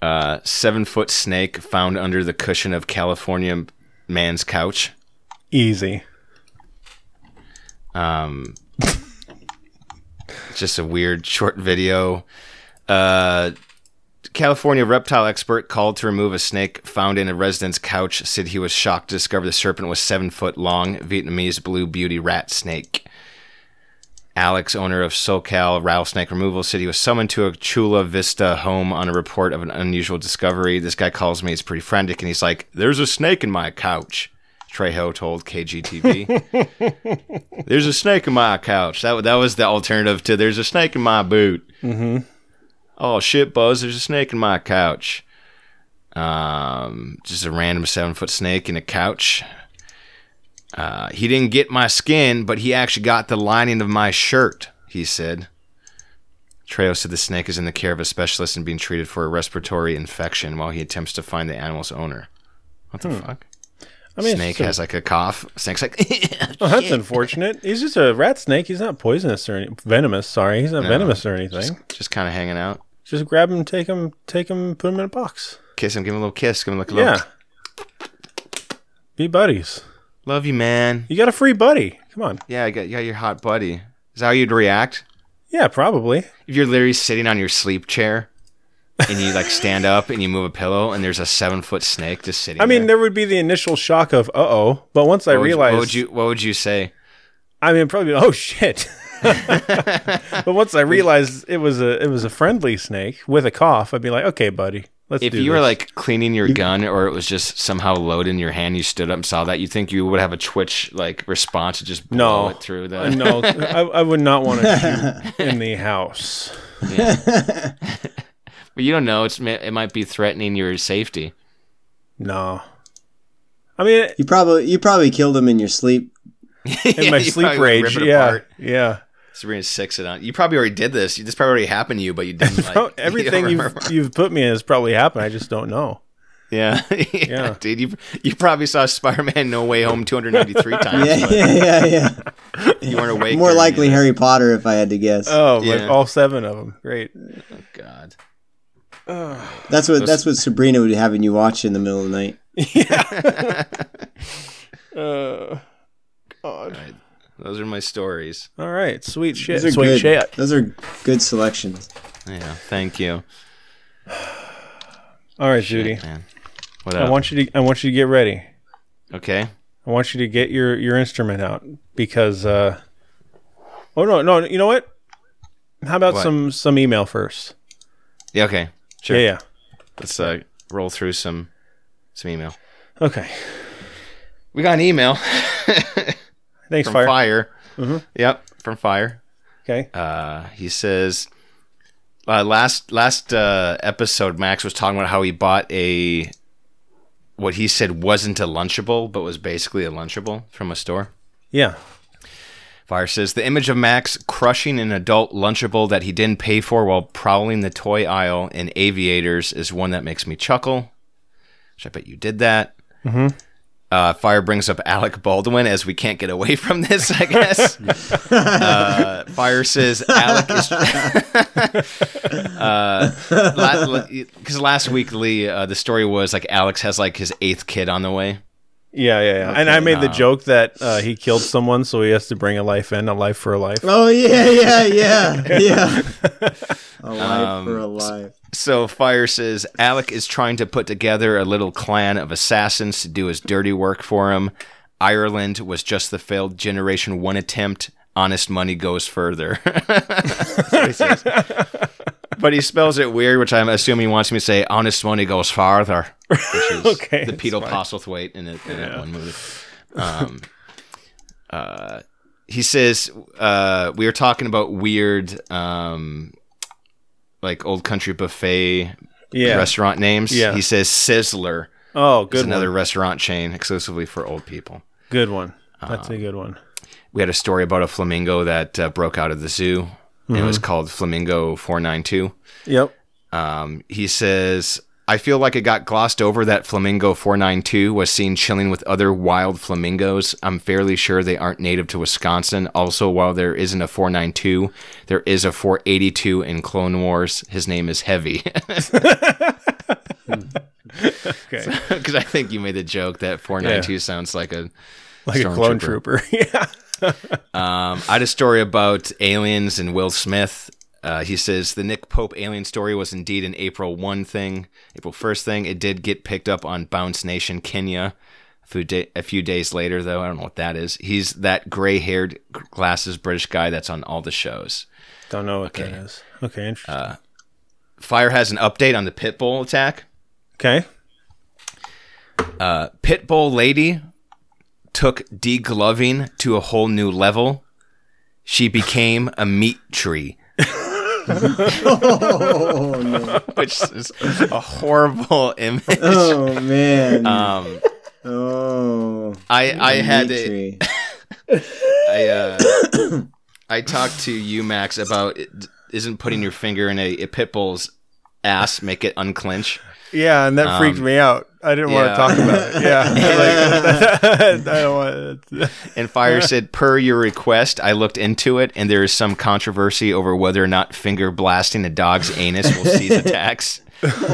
Speaker 4: Uh, seven foot snake found under the cushion of California man's couch.
Speaker 1: Easy.
Speaker 4: Um, just a weird short video. Uh, California reptile expert called to remove a snake found in a resident's couch said he was shocked to discover the serpent was seven foot long Vietnamese blue beauty rat snake. Alex, owner of SoCal Rattlesnake Removal, said he was summoned to a Chula Vista home on a report of an unusual discovery. This guy calls me, he's pretty frantic, and he's like, There's a snake in my couch, Trejo told KGTV. There's a snake in my couch. That wa- that was the alternative to there's a snake in my boot. Mm-hmm. Oh shit, Buzz! There's a snake in my couch. Um, just a random seven foot snake in a couch. Uh, he didn't get my skin, but he actually got the lining of my shirt. He said. Trejo said the snake is in the care of a specialist and being treated for a respiratory infection while he attempts to find the animal's owner. What the fuck?
Speaker 1: Hmm. I mean, it's
Speaker 4: snake
Speaker 1: just a-
Speaker 4: has like a cough. Snake's like.
Speaker 1: Oh, that's unfortunate. He's just a rat snake. He's not poisonous or any- venomous. Sorry, he's not venomous or anything. Just,
Speaker 4: just, just kind of hanging out.
Speaker 1: grab him, take him, take him, put him in a box.
Speaker 4: Kiss him, give him a little kiss, give him like a
Speaker 1: Yeah.
Speaker 4: little
Speaker 1: Be buddies.
Speaker 4: love you, man.
Speaker 1: You got a free buddy. Come on.
Speaker 4: Yeah, I got yeah, your hot buddy. Is that how you'd react?
Speaker 1: Yeah, probably.
Speaker 4: If you're literally sitting on your sleep chair and you like stand up and you move a pillow and there's a seven foot snake just sitting
Speaker 1: I mean,
Speaker 4: there.
Speaker 1: there would be the initial shock of uh oh, but once I
Speaker 4: What would you-
Speaker 1: realized,
Speaker 4: what would you what would you say?
Speaker 1: I mean, probably oh shit. but once I realized it was a it was a friendly snake with a cough, I'd be like, okay, buddy, let's.
Speaker 4: If
Speaker 1: do
Speaker 4: you were
Speaker 1: this."
Speaker 4: like cleaning your gun or it was just somehow loaded in your hand, you stood up and saw that, you think you would have a twitch like response to just
Speaker 1: No.
Speaker 4: blow it through
Speaker 1: Uh,
Speaker 4: the
Speaker 1: no, I, I would not want to shoot in the house.
Speaker 4: But you don't know, it's it might be threatening your safety.
Speaker 1: No. I mean,
Speaker 2: You probably you probably killed him in your sleep.
Speaker 1: in my
Speaker 4: You
Speaker 1: sleep
Speaker 4: probably would rip
Speaker 1: rage.
Speaker 4: it
Speaker 1: Yeah,
Speaker 4: apart.
Speaker 1: yeah.
Speaker 4: Sabrina six it on. You probably already did this. This probably already happened to you, but you didn't. Like,
Speaker 1: Pro-
Speaker 4: you
Speaker 1: everything
Speaker 4: don't
Speaker 1: you
Speaker 4: remember.
Speaker 1: have you've put me in has probably happened. I just don't know.
Speaker 4: yeah. yeah,
Speaker 1: Yeah.
Speaker 4: dude. You you probably saw Spider Man No Way Home two hundred ninety three times.
Speaker 2: Yeah,
Speaker 4: but
Speaker 2: yeah, yeah, yeah.
Speaker 4: you weren't awake.
Speaker 2: More
Speaker 4: during
Speaker 2: likely
Speaker 4: it.
Speaker 2: Harry Potter if I had to guess.
Speaker 1: Oh, but
Speaker 4: Yeah.
Speaker 1: all seven of them. Great.
Speaker 4: God.
Speaker 2: that's what that's what Sabrina would be having you watch in the middle of the night.
Speaker 1: Uh, odd.
Speaker 4: Those are my stories.
Speaker 1: All right, sweet shit,
Speaker 2: Those are
Speaker 1: sweet
Speaker 2: good.
Speaker 1: shit.
Speaker 2: Those are good selections.
Speaker 4: Yeah. Thank you.
Speaker 1: All right, Judy,
Speaker 4: Man. What
Speaker 1: I
Speaker 4: up?
Speaker 1: want you to I want you to get ready.
Speaker 4: okay.
Speaker 1: I want you to get your your instrument out because. uh Oh no, no. You know what? How about
Speaker 4: What?
Speaker 1: some some email first?
Speaker 4: Yeah. Okay. Sure.
Speaker 1: Yeah, yeah.
Speaker 4: Let's uh, roll through some some email.
Speaker 1: Okay.
Speaker 4: We got an email
Speaker 1: Thanks,
Speaker 4: from
Speaker 1: fire. Mm-hmm.
Speaker 4: Fire. Yep. From Fire.
Speaker 1: Okay.
Speaker 4: Uh, he says, uh, last last uh, episode, Max was talking about how he bought a what he said wasn't a lunchable, but was basically a lunchable from a store.
Speaker 1: Yeah.
Speaker 4: Fire says the image of Max crushing an adult lunchable that he didn't pay for while prowling the toy aisle in aviators is one that makes me chuckle. Which I bet you did that.
Speaker 1: Mhm.
Speaker 4: Uh, Fire brings up Alec Baldwin as we can't get away from this, I guess. uh, Fire says Alec is. Uh, Because last week, Lee, uh, the story was like Alex has like his eighth kid on the way.
Speaker 1: Yeah, yeah, yeah. and I made the joke that uh, he killed someone, so he has to bring a life in, a life for a life.
Speaker 3: Oh yeah, yeah, yeah, yeah. A life
Speaker 4: Um,
Speaker 3: for a life.
Speaker 4: So Fire says Alec is trying to put together a little clan of assassins to do his dirty work for him. Ireland was just the failed Generation One attempt. Honest money goes further. That's what he says. but he spells it weird, which I'm assuming he wants me to say honest money goes farther. Which is
Speaker 1: Okay,
Speaker 4: the
Speaker 1: that's
Speaker 4: Peter Postlethwaite in, it, in that one movie. Um, uh, he says uh, we were talking about weird, um, like old country buffet
Speaker 1: Yeah.
Speaker 4: restaurant names.
Speaker 1: Yeah.
Speaker 4: He says Sizzler
Speaker 1: oh,
Speaker 4: is
Speaker 1: good
Speaker 4: another
Speaker 1: one.
Speaker 4: restaurant chain exclusively for old people.
Speaker 1: Good one. That's a good one.
Speaker 4: We had a story about a flamingo that uh, broke out of the zoo. and It was
Speaker 1: Mm-hmm.
Speaker 4: called Flamingo 492.
Speaker 1: Yep.
Speaker 4: Um, he says, I feel like it got glossed over that Flamingo 492 was seen chilling with other wild flamingos. I'm fairly sure they aren't native to Wisconsin. Also, while there isn't a 492, there is a 482 in Clone Wars. His name is Heavy.
Speaker 1: Okay.
Speaker 4: Because I think you made the joke that 492 sounds like a.
Speaker 1: like a clone
Speaker 4: Stormtrooper.
Speaker 1: trooper. yeah.
Speaker 4: Um, I had a story about aliens and Will Smith. Uh, he says the Nick Pope alien story was indeed an April 1 thing, April 1st thing. It did get picked up on Bounce Nation Kenya a few, da- a few days later, though. I don't know what that is. He's that gray haired, glasses British guy that's on all the shows.
Speaker 1: Don't know what that is. Okay, interesting.
Speaker 4: Uh, Fire has an update on the Pitbull attack.
Speaker 1: okay.
Speaker 4: Pitbull Lady took degloving to a whole new level. She became a meat tree. Which is a horrible image.
Speaker 3: Oh man.
Speaker 4: Um,
Speaker 3: oh.
Speaker 4: I, I had a,
Speaker 3: Dimitri.
Speaker 4: I, uh, I talked to you, Max, about it, isn't putting your finger in a, a pitbull's ass make it unclench?
Speaker 1: Yeah, and that freaked me out. I didn't
Speaker 4: um, yeah.
Speaker 1: want to talk about it. Yeah. Like, I don't want it.
Speaker 4: And Fire said, per your request, I looked into it, and there is some controversy over whether or not finger blasting a dog's anus will cease attacks.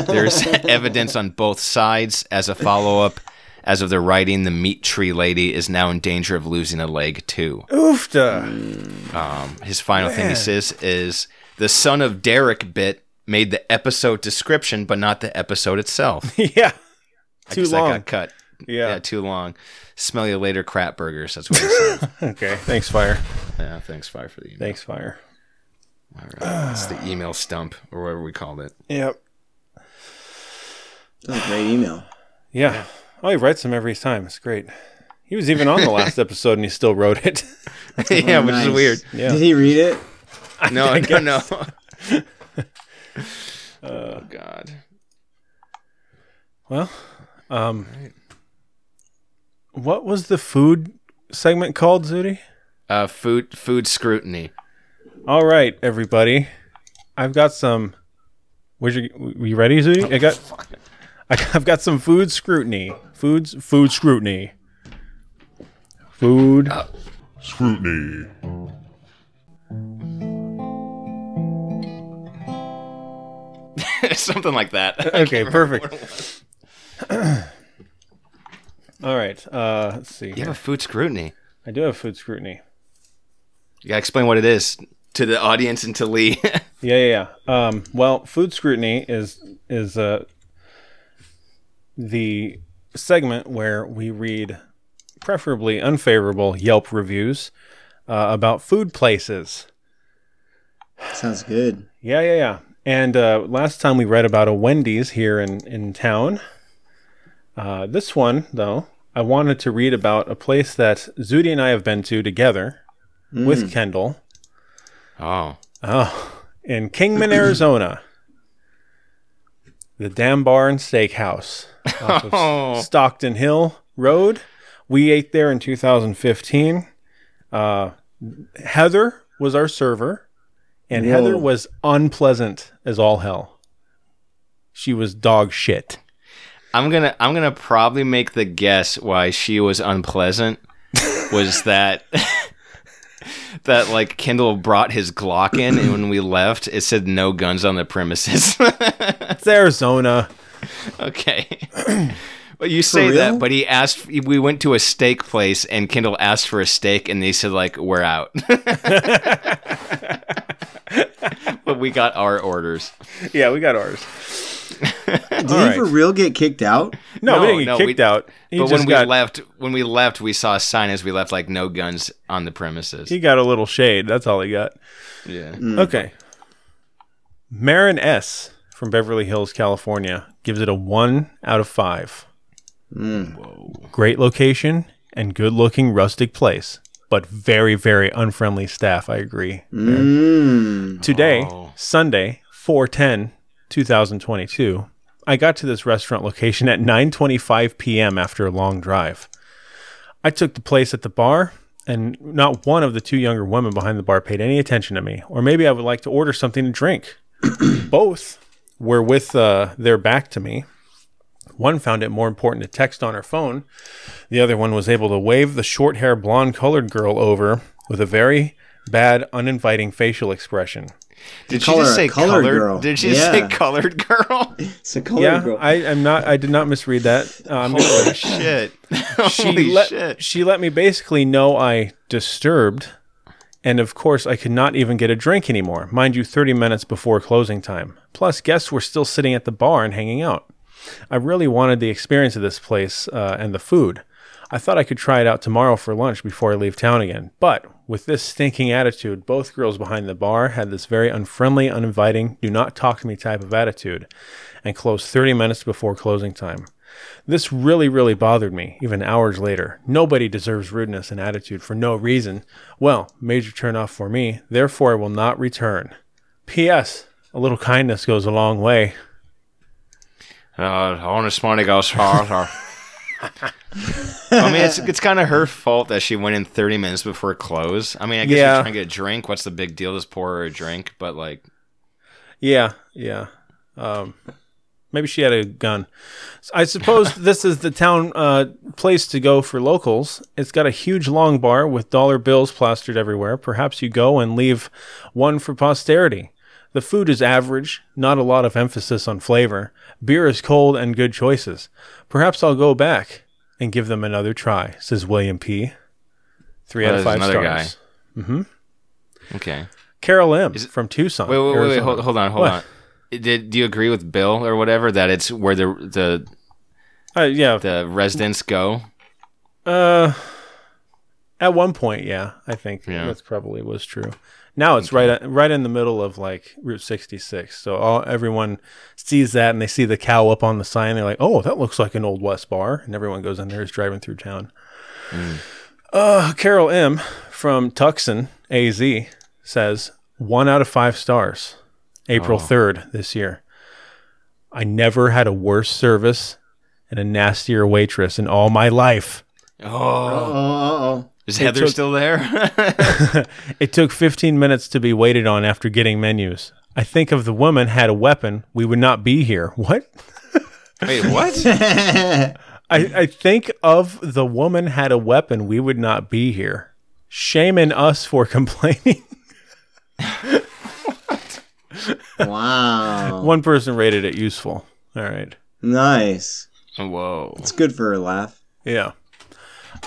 Speaker 4: There's evidence on both sides. As a follow up, as of the writing, the meat tree lady is now in danger of losing a leg, too. Mm.
Speaker 1: Oofta.
Speaker 4: His final thing he says is, the son of Derek bit made the episode description, but not the episode itself.
Speaker 1: Yeah.
Speaker 4: I
Speaker 1: Too
Speaker 4: guess
Speaker 1: long.
Speaker 4: That got cut. Yeah.
Speaker 1: Yeah.
Speaker 4: too long. Smell you later, crap burgers. That's what he said.
Speaker 1: Okay. Thanks, fire.
Speaker 4: yeah, thanks, Fire, for the email.
Speaker 1: Thanks, fire.
Speaker 4: It's the email stump or whatever we called it.
Speaker 1: Yep.
Speaker 3: That was a great email.
Speaker 1: Yeah. Oh, he writes them every time. It's great. He was even on the last episode and he still wrote it.
Speaker 4: yeah, which
Speaker 3: Nice.
Speaker 4: is weird.
Speaker 1: Yeah.
Speaker 3: Did he read it?
Speaker 4: No, no, no. oh God.
Speaker 1: Well, um, what was the food segment called, Zooty?
Speaker 4: Uh, food food scrutiny.
Speaker 1: All right, everybody. I've got some. Where's your? w- You ready, Zooty? I got. I, I've got some food scrutiny. Foods. Food scrutiny. Food.
Speaker 5: Scrutiny.
Speaker 4: Something like that.
Speaker 1: okay, perfect. All right. Uh, let's see.
Speaker 4: You
Speaker 1: here.
Speaker 4: have a food scrutiny.
Speaker 1: I do have food scrutiny.
Speaker 4: You gotta explain what it is to the audience and to Lee.
Speaker 1: Yeah, yeah, yeah. Um, well, food scrutiny is is uh, the segment where we read, preferably unfavorable Yelp reviews uh, about food places.
Speaker 3: Sounds good.
Speaker 1: Yeah, yeah, yeah. And uh, last time we read about a Wendy's here in in town. Uh, this one though, I wanted to read about a place that Zudi and I have been to together with Kendall.
Speaker 4: oh,
Speaker 1: Oh, in Kingman, Arizona. The Dam Barn Steakhouse off of
Speaker 4: Oh.
Speaker 1: Stockton Hill Road. We ate there in 2015. Uh, Heather was our server, and
Speaker 2: Whoa.
Speaker 1: Heather was unpleasant as all hell. She was dog shit.
Speaker 4: I'm gonna I'm gonna probably make the guess why she was unpleasant was that that like Kendall brought his Glock in and when we left it said no guns on the premises.
Speaker 1: It's Arizona.
Speaker 4: okay. But you say
Speaker 2: real?
Speaker 4: that, but he asked. We went to a steak place, and Kendall asked for a steak, and they said like, "We're out." but we got our orders.
Speaker 1: Yeah, we got ours.
Speaker 2: Did
Speaker 1: All
Speaker 2: you
Speaker 1: right.
Speaker 2: for real get kicked out?
Speaker 1: No, we
Speaker 4: No,
Speaker 1: didn't get
Speaker 4: no, we-
Speaker 1: kicked out. He
Speaker 4: but
Speaker 1: just
Speaker 4: when we
Speaker 1: got,
Speaker 4: left, when we left, we saw a sign as we left like, "No guns on the premises."
Speaker 1: he Mm. got a little shade. That's all he got.
Speaker 4: Yeah.
Speaker 1: Okay. Marin S from Beverly Hills, California gives it a one out of five. Great location and good looking rustic place, but very, very unfriendly staff. I agree.
Speaker 2: Mm.
Speaker 1: Today,
Speaker 4: Oh.
Speaker 1: Sunday, 410, 2022, I got to this restaurant location at 9:25 p.m. after a long drive. I took the place at the bar, and not one of the two younger women behind the bar paid any attention to me. Or maybe I would like to order something to drink. Both were with uh, their back to me. One found it more important to text on her phone. The other one was able to wave the short hair blonde colored girl over with a very bad, uninviting facial expression.
Speaker 4: Did
Speaker 2: Color-
Speaker 4: she just say
Speaker 2: colored
Speaker 4: colored?
Speaker 2: girl.
Speaker 4: Did she just say
Speaker 2: Yeah.
Speaker 4: colored girl?
Speaker 2: It's a color
Speaker 1: yeah,
Speaker 2: girl.
Speaker 1: I am not. I did not misread that. Uh, I'm gonna
Speaker 4: Holy
Speaker 1: finish.
Speaker 4: shit!
Speaker 1: she
Speaker 4: Holy
Speaker 1: let
Speaker 4: shit!
Speaker 1: she let me basically know I disturbed, and of course I could not even get a drink anymore. Mind you, 30 minutes before closing time. Plus, guests were still sitting at the bar and hanging out. I really wanted the experience of this place uh, and the food. I thought I could try it out tomorrow for lunch before I leave town again. But with this stinking attitude, both girls behind the bar had this very unfriendly, uninviting, do not talk to me type of attitude and closed 30 minutes before closing time. This really, really bothered me, even hours later. Nobody deserves rudeness and attitude for no reason. Well, major turnoff for me, therefore I will not return. P.S. A little kindness goes a long way.
Speaker 4: Uh, honest money goes harder. I mean, it's it's kind of her fault that she went in 30 minutes before close. I mean, I guess
Speaker 1: Yeah.
Speaker 4: you're trying to get a drink. What's the big deal? Just pour her a drink. But like,
Speaker 1: Yeah, yeah. Um, maybe she had a gun. S- I suppose this is the town uh, place to go for locals. It's got a huge long bar with dollar bills plastered everywhere. Perhaps you go and leave one for posterity. The food is average, not a lot of emphasis on flavor. Beer is cold and good choices. Perhaps I'll go back and give them another try, says William P. Three
Speaker 4: Oh,
Speaker 1: out of
Speaker 4: there's
Speaker 1: five
Speaker 4: another
Speaker 1: stars.
Speaker 4: guy. okay.
Speaker 1: Carol M.
Speaker 4: it-
Speaker 1: from Tucson.
Speaker 4: Wait, wait, wait, wait
Speaker 1: Arizona.
Speaker 4: hold, hold on, hold
Speaker 1: What?
Speaker 4: on. Did do you agree with Bill or whatever that it's where the the
Speaker 1: Uh, yeah,
Speaker 4: the residents go?
Speaker 1: Uh, at one point, yeah, I think
Speaker 4: Yeah.
Speaker 1: that's probably was true. Now it's right right in the middle of like Route 66, so all everyone sees that and they see the cow up on the sign. They're like, "Oh, that looks like an old West bar," and everyone goes in there is driving through town.
Speaker 4: Hmm.
Speaker 1: Uh, Carol M from Tucson, AZ, says one out of five stars. April
Speaker 4: Oh.
Speaker 1: 3rd this year. I never had a worse service and a nastier waitress in all my life.
Speaker 4: Oh,
Speaker 2: oh,
Speaker 4: is Heather
Speaker 1: took-
Speaker 4: still there?
Speaker 1: It took 15 minutes to be waited on after getting menus. I think if the woman had a weapon, we would not be here. What?
Speaker 4: Wait, what?
Speaker 2: oh, oh.
Speaker 1: I, I think of the woman had a weapon, we would not be here. Shame in us for complaining.
Speaker 2: wow.
Speaker 1: One person rated it useful. All right.
Speaker 2: Nice.
Speaker 4: Whoa.
Speaker 2: It's good for a laugh.
Speaker 1: Yeah.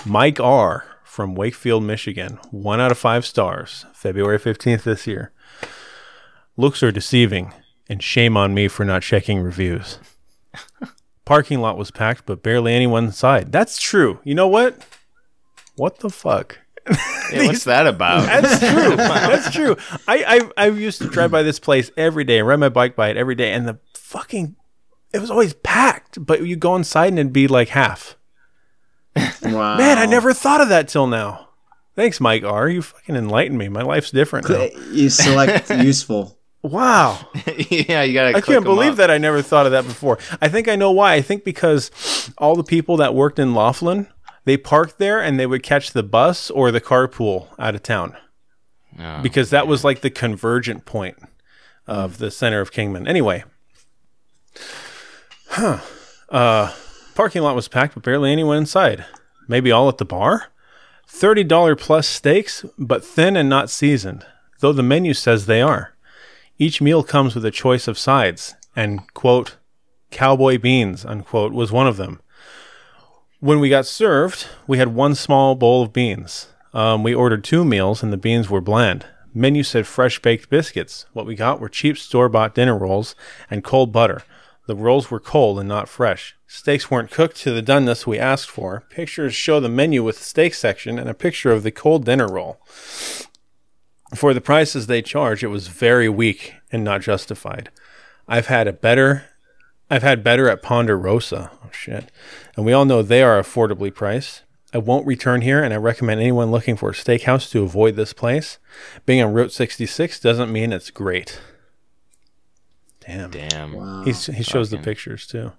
Speaker 1: Mike R. from Wakefield, Michigan. One out of five stars. February 15th this year. Looks are deceiving, and shame on me for not checking reviews. Parking lot was packed, but barely anyone inside. That's true. You know what? What the fuck?
Speaker 4: Hey, what's that about?
Speaker 1: That's true. That's true. I, I I used to drive by this place every day and ride my bike by it every day, and the fucking it was always packed. But you go inside and it'd be like half.
Speaker 2: Wow.
Speaker 1: Man,
Speaker 4: Oh.
Speaker 1: I never thought of that till now. Thanks, Mike R. You fucking enlightened me. My life's different. now.
Speaker 2: You Eh, select useful.
Speaker 1: Wow.
Speaker 4: yeah, you gotta.
Speaker 1: I
Speaker 4: click
Speaker 1: can't
Speaker 4: 'em
Speaker 1: believe
Speaker 4: up.
Speaker 1: that I never thought of that before. I think I know why. I think because all the people that worked in Laughlin, they parked there and they would catch the bus or the carpool out of town
Speaker 4: Oh.
Speaker 1: because that was like the convergent point of the center of Kingman. Anyway, huh? Uh, parking lot was packed, but barely anyone inside. Maybe all at the bar. Thirty dollar plus steaks, but thin and not seasoned, though the menu says they are. Each meal comes with a choice of sides, and quote, cowboy beans unquote was one of them. When we got served, we had one small bowl of beans. Um, we ordered two meals, and the beans were bland. Menu said fresh baked biscuits. What we got were cheap store bought dinner rolls and cold butter. The rolls were cold and not fresh. Steaks weren't cooked to the doneness we asked for. Pictures show the menu with steak section and a picture of the cold dinner roll. For the prices they charge, it was very weak and not justified. I've had a better I've had better at Ponderosa. Oh shit. And we all know they are affordably priced. I won't return here and I recommend anyone looking for a steakhouse to avoid this place. Being on Route 66 doesn't mean it's great. Damn.
Speaker 4: Damn.
Speaker 1: He's, he shows the
Speaker 4: Fucking-
Speaker 1: pictures too.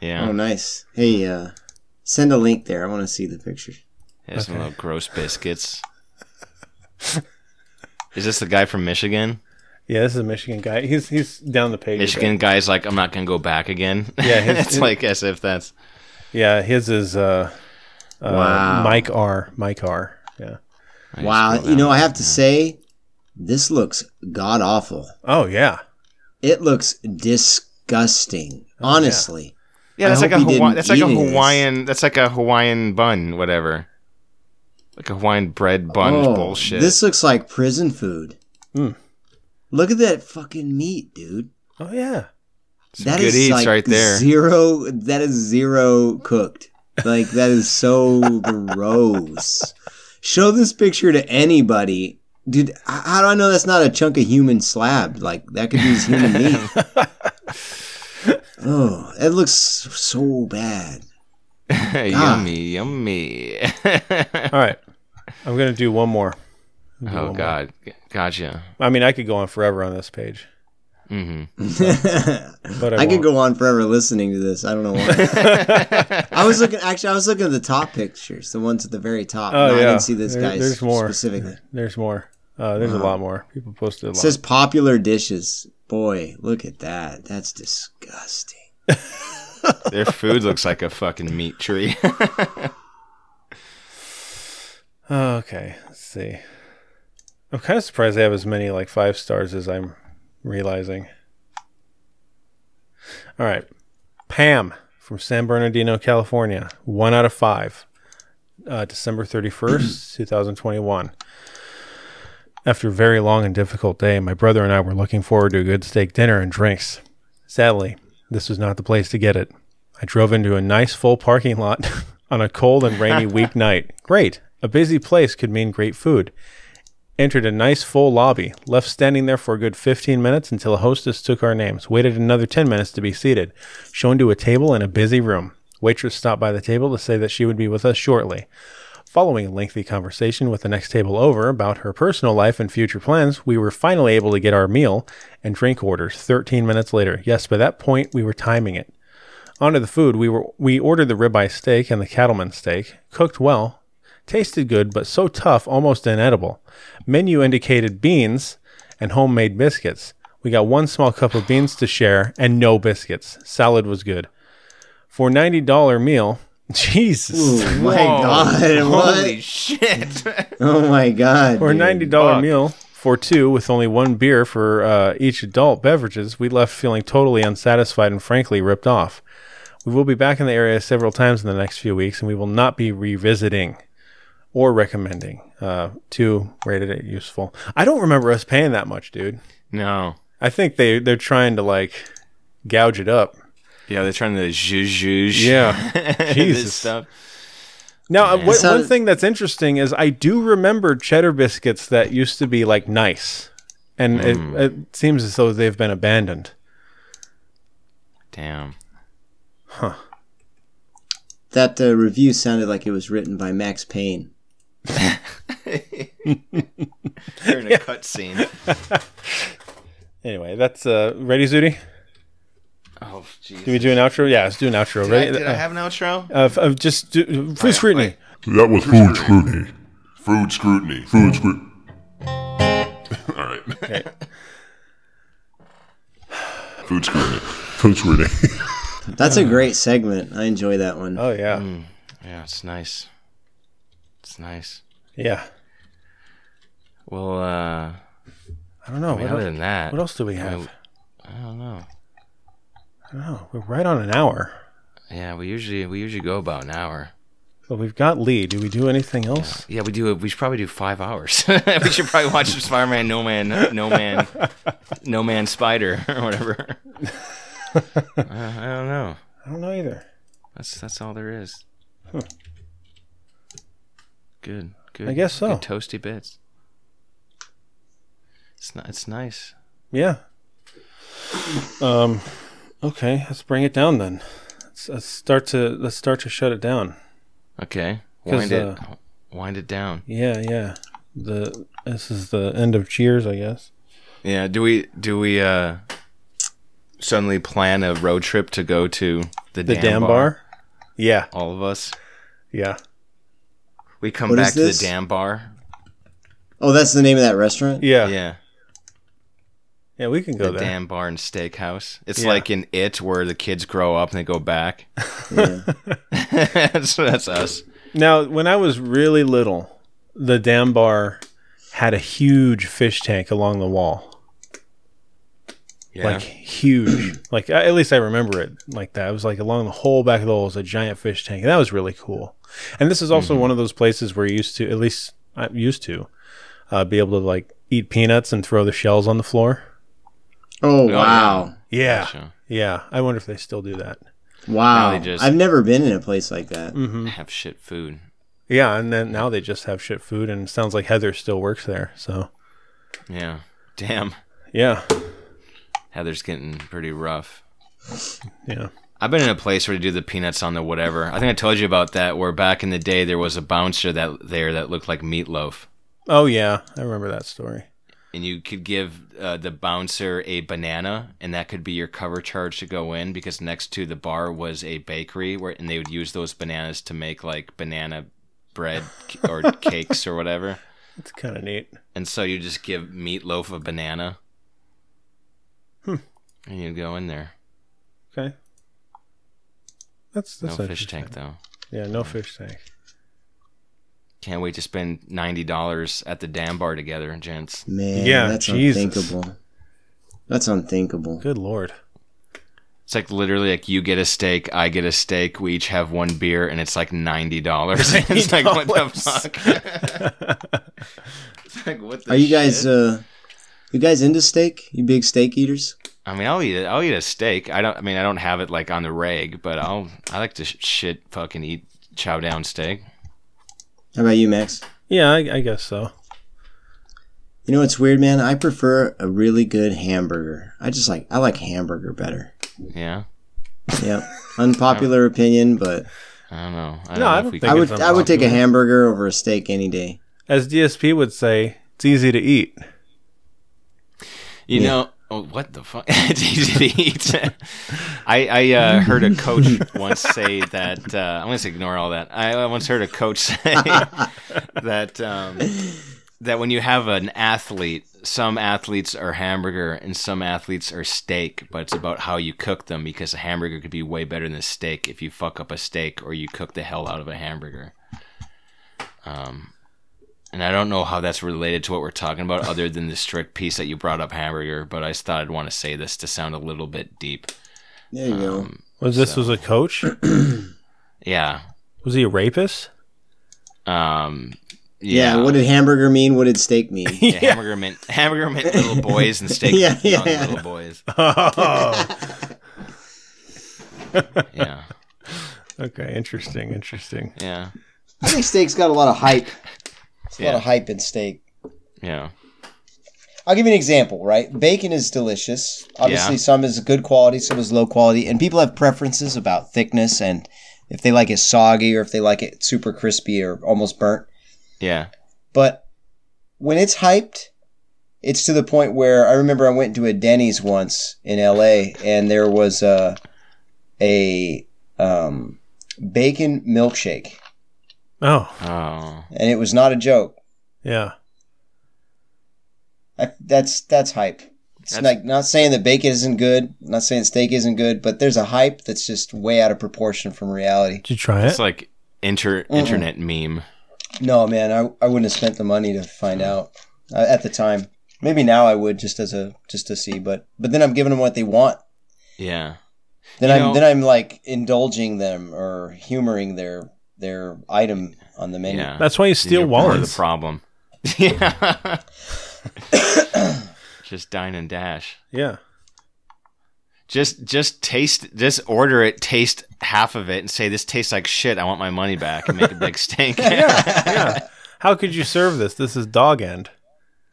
Speaker 4: Yeah.
Speaker 2: Oh, nice. Hey, uh, send a link there. I want to see the picture.
Speaker 4: There's some little gross biscuits. Is this the guy from Michigan?
Speaker 1: Yeah, this is a Michigan guy. He's he's down the page. a bit.
Speaker 4: Michigan guy's like, I'm not gonna go back again.
Speaker 1: Yeah, his-
Speaker 4: it's like as if that's
Speaker 1: Yeah, his is uh, uh
Speaker 2: Wow.
Speaker 1: Mike R. Mike R. Yeah.
Speaker 2: Wow. You know, I have to say, this looks god awful.
Speaker 1: Oh yeah.
Speaker 2: It looks disgusting. Honestly.
Speaker 4: yeah, that's
Speaker 2: I
Speaker 4: like a
Speaker 2: hope he
Speaker 4: Hawaii,
Speaker 2: didn't
Speaker 4: that's like a
Speaker 2: eat any of this.
Speaker 4: Hawaiian that's like a Hawaiian bun, whatever. Like a Hawaiian bread bun
Speaker 2: Oh,
Speaker 4: bullshit.
Speaker 2: This looks like prison food.
Speaker 1: Mm.
Speaker 2: Look at that fucking meat, dude.
Speaker 1: Oh yeah.
Speaker 4: Some
Speaker 2: That
Speaker 4: good
Speaker 2: is
Speaker 4: eats
Speaker 2: like
Speaker 4: right there.
Speaker 2: zero. That is zero cooked. Like that is so gross. Show this picture to anybody, dude. h- How do I know that's not a chunk of human slab? Like that could be human meat. oh, that looks so bad.
Speaker 4: yummy, yummy.
Speaker 1: All right. I'm gonna do one more. I'm gonna do
Speaker 4: oh
Speaker 1: one
Speaker 4: god. Gotcha.
Speaker 1: more. I mean, I could go on forever on this page,
Speaker 4: hmm
Speaker 1: but I,
Speaker 2: I could
Speaker 1: won't.
Speaker 2: go on forever listening to this. I don't know why. I was looking actually. I was looking at the top pictures, the ones at the very top.
Speaker 1: Oh,
Speaker 2: no, I
Speaker 1: yeah.
Speaker 2: didn't see this
Speaker 1: There-
Speaker 2: guy's
Speaker 1: there's more.
Speaker 2: specifically.
Speaker 1: There's more. Uh, there's a lot more. People posted a
Speaker 2: It
Speaker 1: lot.
Speaker 2: says popular dishes. Boy, look at that. That's disgusting.
Speaker 4: Their food looks like a fucking meat tree.
Speaker 1: okay. Let's see. I'm kind of surprised they have as many like five stars as I'm realizing. All right. Pam from San Bernardino, California. One out of five. Uh, December 31st, 2021. After a very long and difficult day, my brother and I were looking forward to a good steak dinner and drinks. Sadly, this was not the place to get it. I drove into a nice full parking lot on a cold and rainy weeknight. Great. A busy place could mean great food. Entered a nice full lobby, left standing there for a good 15 minutes until a hostess took our names, waited another 10 minutes to be seated, shown to a table in a busy room. Waitress stopped by the table to say that she would be with us shortly. Following a lengthy conversation with the next table over about her personal life and future plans, we were finally able to get our meal and drink orders 13 minutes later. Yes, by that point, we were timing it. Onto the food, we were we ordered the ribeye steak and the cattleman steak, cooked well, tasted good but so tough almost inedible. Menu indicated beans and homemade biscuits. We got one small cup of beans to share and no biscuits. Salad was good. For ninety dollar meal, Jesus.
Speaker 2: Oh my god. What?
Speaker 4: Holy shit.
Speaker 2: oh my god.
Speaker 1: For a
Speaker 2: dude.
Speaker 1: ninety dollar
Speaker 4: fuck.
Speaker 1: meal for two, with only one beer for uh, each adult beverages, we left feeling totally unsatisfied and frankly ripped off. We will be back in the area several times in the next few weeks, and we will not be revisiting or recommending. Uh, two rated it useful. I don't remember us paying that much, dude.
Speaker 4: no.
Speaker 1: I think they they're trying to like gouge it up.
Speaker 4: Yeah, they're trying to zhuzh zhuzh.
Speaker 1: Yeah.
Speaker 4: this
Speaker 1: Jesus.
Speaker 4: stuff.
Speaker 1: Now, uh, one- one
Speaker 2: sounded-
Speaker 1: thing that's interesting is I do remember cheddar biscuits that used to be like nice, and it, it seems as though they've been abandoned.
Speaker 4: Damn.
Speaker 2: That uh, review sounded like it was written by Max Payne.
Speaker 4: You're in a cutscene.
Speaker 1: Anyway, that's uh, ready, Zooty.
Speaker 4: Oh, jeez.
Speaker 1: Do we do an outro? Yeah, let's do an outro.
Speaker 4: Did, I,
Speaker 1: ready?
Speaker 4: did I have an outro?
Speaker 1: uh, f- uh, just do, free scrutiny.
Speaker 5: That was food scrutiny. Food scrutiny. Food scrutiny. All right. Food scrutiny. Food scrutiny.
Speaker 2: That's a great segment. I enjoy that one.
Speaker 1: Oh yeah,
Speaker 4: Hmm. Yeah, it's nice. It's nice.
Speaker 1: yeah.
Speaker 4: Well, uh,
Speaker 1: I don't know.
Speaker 4: I mean,
Speaker 1: What,
Speaker 4: other
Speaker 1: else,
Speaker 4: than that,
Speaker 1: what else do we
Speaker 4: I,
Speaker 1: have?
Speaker 4: I don't know.
Speaker 1: I don't know. We're right on an hour,
Speaker 4: Yeah, we usually we usually go about an hour.
Speaker 1: but we've got Lee. Do we do anything else?
Speaker 4: Yeah, we do. We should probably do five hours. we should probably watch Spider-Man, No Man, No Man, No Man Spider, or whatever. Uh, I don't know.
Speaker 1: I don't know either.
Speaker 4: That's that's all there is. Good, good.
Speaker 1: I guess so.
Speaker 4: Good toasty bits. It's not. It's nice.
Speaker 1: Yeah. Um. Okay, let's bring it down then. Let's, let's start to let's start to shut it down.
Speaker 4: Okay,
Speaker 1: 'Cause, uh,
Speaker 4: wind it, wind it down.
Speaker 1: Yeah, yeah. The this is the end of Cheers, I guess.
Speaker 4: Yeah. Do we do we uh suddenly plan a road trip to go to the,
Speaker 1: The dam bar. Yeah,
Speaker 4: All of us.
Speaker 1: yeah.
Speaker 4: We come
Speaker 2: What is
Speaker 4: back to the
Speaker 2: this?
Speaker 4: dam bar.
Speaker 2: Oh, that's the name of that restaurant.
Speaker 1: Yeah, yeah,
Speaker 4: Yeah.
Speaker 1: we can go
Speaker 4: the
Speaker 1: there.
Speaker 4: damn bar and steakhouse. It's
Speaker 1: Yeah.
Speaker 4: like in it where the kids grow up and they go back.
Speaker 2: Oh,
Speaker 4: so that's us.
Speaker 1: Now, when I was really little, the dam bar had a huge fish tank along the wall.
Speaker 4: Yeah.
Speaker 1: Like huge. like I- at least I remember it like that. It was like along the whole back of the wall was a giant fish tank. And that was really cool. And this is also one of those places where you used to at least I used to uh, be able to like eat peanuts and throw the shells on the floor.
Speaker 2: Oh
Speaker 4: yeah.
Speaker 2: wow,
Speaker 1: Yeah.
Speaker 4: Gotcha.
Speaker 1: Yeah. I wonder if they still do that.
Speaker 2: wow!
Speaker 4: Now they just-
Speaker 2: I've never been in a place like that.
Speaker 4: have shit food.
Speaker 1: Yeah, and then now they just have shit food and it sounds like Heather still works there. So,
Speaker 4: Yeah. Damn.
Speaker 1: yeah.
Speaker 4: Heather's getting pretty rough.
Speaker 1: Yeah.
Speaker 4: I've been in a place where they do the peanuts on the whatever. I think I told you about that where back in the day there was a bouncer that there that looked like meatloaf.
Speaker 1: Oh yeah, I remember that story.
Speaker 4: And you could give uh, the bouncer a banana, and that could be your cover charge to go in because next to the bar was a bakery where, and they would use those bananas to make like banana bread c- or cakes or whatever.
Speaker 1: It's kind of neat.
Speaker 4: And so you just give meatloaf a banana,
Speaker 1: Hmm.
Speaker 4: and you go in there.
Speaker 1: Okay. That's that's
Speaker 4: no fish
Speaker 1: interesting.
Speaker 4: tank though.
Speaker 1: Yeah, no fish tank.
Speaker 4: Can't wait to spend ninety dollars at the dam bar together, gents.
Speaker 2: Man,
Speaker 1: Yeah,
Speaker 2: that's
Speaker 1: Jesus.
Speaker 2: unthinkable. That's unthinkable.
Speaker 1: Good lord.
Speaker 4: It's like literally like you get a steak, I get a steak, we each have one beer, and it's like ninety dollars. it's like what the fuck? It's like, what the
Speaker 2: Are you guys
Speaker 4: shit?
Speaker 2: uh, you guys into steak? You big steak eaters?
Speaker 1: uh,
Speaker 4: I mean, I'll eat it. I'll eat a steak. I don't. I mean, I don't have it like on the reg, but I'll. I like to sh- shit fucking eat chow down steak.
Speaker 2: How about you, Max?
Speaker 1: Yeah, I, I guess so.
Speaker 2: You know what's weird, man? I prefer a really good hamburger. I just like I like hamburger better.
Speaker 4: Yeah.
Speaker 2: Yeah, unpopular opinion, but
Speaker 4: I don't know. I
Speaker 1: No, I don't
Speaker 4: if we
Speaker 1: think
Speaker 2: I
Speaker 4: can-
Speaker 1: it's
Speaker 2: would I would take a hamburger over a steak any day.
Speaker 1: As DSP would say, it's easy to eat.
Speaker 4: You know, oh, what the fuck? it's easy to eat. I, I uh, heard a coach once say that. Uh, I'm going to ignore all that. I uh, once heard a coach say that um, that when you have an athlete, some athletes are hamburger and some athletes are steak, but it's about how you cook them because a hamburger could be way better than a steak if you fuck up a steak or you cook the hell out of a hamburger. Um, and I don't know how that's related to what we're talking about, other than the strict piece that you brought up, hamburger. But I just thought I'd want to say this to sound a little bit deep.
Speaker 2: There you go.
Speaker 4: Um,
Speaker 1: Was this was a coach?
Speaker 4: Yeah.
Speaker 1: Was he a rapist?
Speaker 4: Um.
Speaker 2: Yeah.
Speaker 4: Yeah.
Speaker 2: What did hamburger mean? What did steak mean?
Speaker 4: Yeah, Hamburger meant hamburger meant little boys and steak
Speaker 2: Yeah,
Speaker 4: meant
Speaker 2: yeah,
Speaker 4: young
Speaker 2: yeah.
Speaker 4: little boys.
Speaker 1: Oh.
Speaker 4: Yeah.
Speaker 1: okay, interesting, interesting.
Speaker 4: Yeah.
Speaker 2: I think steak's got a lot of hype. It's a lot
Speaker 4: Yeah.
Speaker 2: of hype in steak.
Speaker 4: Yeah.
Speaker 2: I'll give you an example, right? Bacon is delicious. Obviously,
Speaker 4: Yeah.
Speaker 2: some is good quality, some is low quality, and people have preferences about thickness and if they like it soggy or if they like it super crispy or almost burnt.
Speaker 4: Yeah.
Speaker 2: But when it's hyped, it's to the point where I remember I went to a Denny's once in L.A. and there was a a um, bacon milkshake,
Speaker 1: Oh,
Speaker 4: Oh,
Speaker 2: and it was not a joke.
Speaker 1: yeah.
Speaker 2: I, that's that's hype. It's
Speaker 4: That's-
Speaker 2: like not saying that bacon isn't good, not saying steak isn't good, but there's a hype that's just way out of proportion from reality.
Speaker 1: Did you try
Speaker 4: it's
Speaker 1: it?
Speaker 4: like inter
Speaker 2: Mm-mm.
Speaker 4: internet meme.
Speaker 2: No, man, I, I wouldn't have spent the money to find out uh, at the time. Maybe now I would just as a just to see, but but then I'm giving them what they want.
Speaker 4: Yeah,
Speaker 2: Then
Speaker 4: You
Speaker 2: I'm
Speaker 4: know-
Speaker 2: then I'm like indulging them or humoring their their item on the menu.
Speaker 4: yeah.
Speaker 1: That's why you steal
Speaker 4: You're part of
Speaker 1: wallets.
Speaker 4: The problem. Yeah. just dine and dash.
Speaker 1: yeah.
Speaker 4: Just just taste just order it, taste half of it and say this tastes like shit. I want my money back and make a big stink. yeah.
Speaker 1: Yeah. How could you serve this? This is dog end.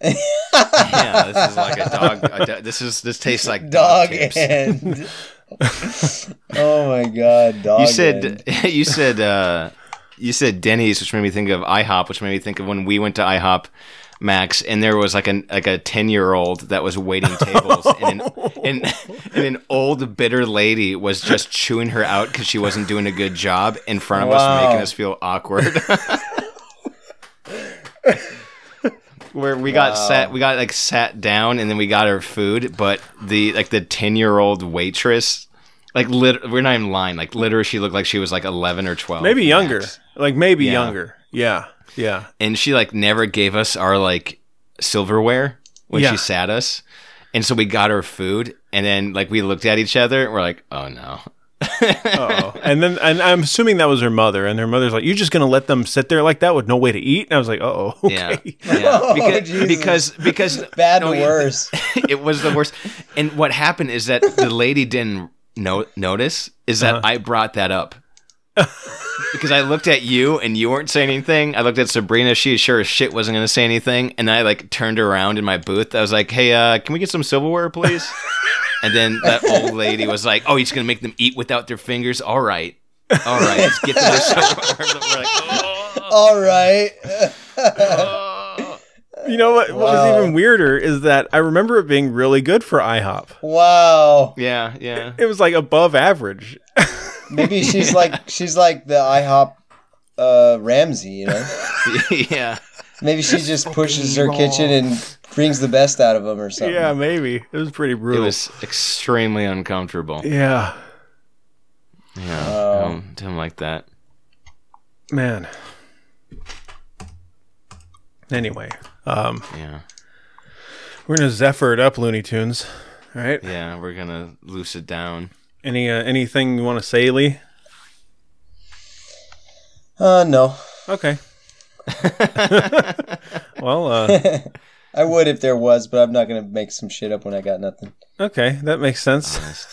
Speaker 4: this is like a dog a do- this is this tastes like dog,
Speaker 2: Dog
Speaker 4: tips.
Speaker 2: end. oh my god, dog.
Speaker 4: You said
Speaker 2: end.
Speaker 4: you said uh you said Denny's, which made me think of IHOP, which made me think of when we went to IHOP Max, and there was like an like a ten year old that was waiting tables, and an, and, and an old bitter lady was just chewing her out because she wasn't doing a good job in front of us,
Speaker 2: Wow.
Speaker 4: making us feel awkward. Where we got sat, we got like sat down, and then we got our food. But the like the ten year old waitress, like lit, we're not even lying. Like literally, she looked like she was like eleven or twelve,
Speaker 1: Maybe younger.
Speaker 4: max
Speaker 1: Like maybe
Speaker 4: Yeah.
Speaker 1: younger. Yeah. Yeah.
Speaker 4: and she like never gave us our like silverware when
Speaker 1: Yeah.
Speaker 4: she sat us. And so we got her food and then like we looked at each other and we're like, "Oh no."
Speaker 1: Oh. and then and I'm assuming that was her mother and her mother's like, "You're just going to let them sit there like that with no way to eat?" And I was like, "Uh-oh."
Speaker 4: Yeah.
Speaker 1: Okay.
Speaker 4: Yeah.
Speaker 2: Oh,
Speaker 4: Because
Speaker 2: Jesus.
Speaker 4: because because
Speaker 2: bad
Speaker 4: no,
Speaker 2: to
Speaker 4: you-
Speaker 2: worse.
Speaker 4: it was the worst. And what happened is that the lady didn't no- notice is that I brought that up. because I looked at you and you weren't saying anything. I looked at Sabrina, she sure as shit wasn't going to say anything, and I like turned around in my booth. I was like, "Hey, uh, can we get some silverware, please?" and then that old lady was like, "Oh, he's going to make them eat without their fingers. All right." All right, let's get to the silverware. We're like, "Oh,
Speaker 2: All right.
Speaker 4: oh."
Speaker 1: You know what? What was
Speaker 2: Wow.
Speaker 1: even weirder is that I remember it being really good for IHOP.
Speaker 2: wow.
Speaker 4: Yeah, yeah.
Speaker 1: It was like above average.
Speaker 2: Maybe she's like she's like the IHOP uh, Ramsey, you know.
Speaker 4: yeah.
Speaker 2: Maybe she just pushes her kitchen and brings the best out of them or something.
Speaker 1: Yeah, maybe. It was pretty
Speaker 4: It
Speaker 1: brutal.
Speaker 4: was extremely uncomfortable.
Speaker 1: yeah.
Speaker 4: Yeah,
Speaker 2: Oh.
Speaker 4: um, something like that.
Speaker 1: Man. Anyway, um,
Speaker 4: Yeah,
Speaker 1: we're gonna zephyr it up, Looney Tunes. All right.
Speaker 4: yeah. We're gonna loose it down.
Speaker 1: Any uh, anything you want to say, Lee?
Speaker 2: Uh, no,
Speaker 1: Okay. well, uh,
Speaker 2: I would if there was, but I'm not gonna make some shit up when I got nothing.
Speaker 1: okay, that makes sense.
Speaker 4: Honest.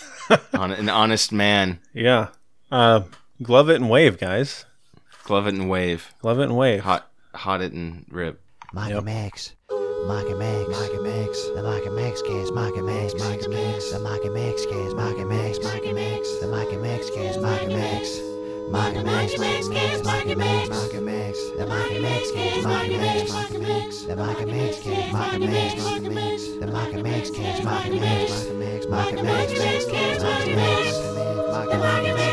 Speaker 4: Hon- an honest man.
Speaker 1: Yeah. Uh, glove it and wave, guys.
Speaker 4: Glove it and wave.
Speaker 1: Glove it and wave.
Speaker 4: Hot, hot it and rip.
Speaker 3: Mike and Max. Mike and Max. Mike and Max. The Mike and Max cast. Mike and Max. Mike and Max. The Mike and Max cast. Mike and Max. Mike and Max. The Mike and Max cast. Mike and Max. Mike and Max. Mike and Max. Mike and Max. Mike and Max. The Mike and Max cast. Mike and Max. Mike and Max. The Mike and Max cast. Mike and Max. Mike and Max. The Mike and Max cast. Mike and Max. Mike and Max. Mike and Max. Mike and Max. Mike and Max. Mike and Max.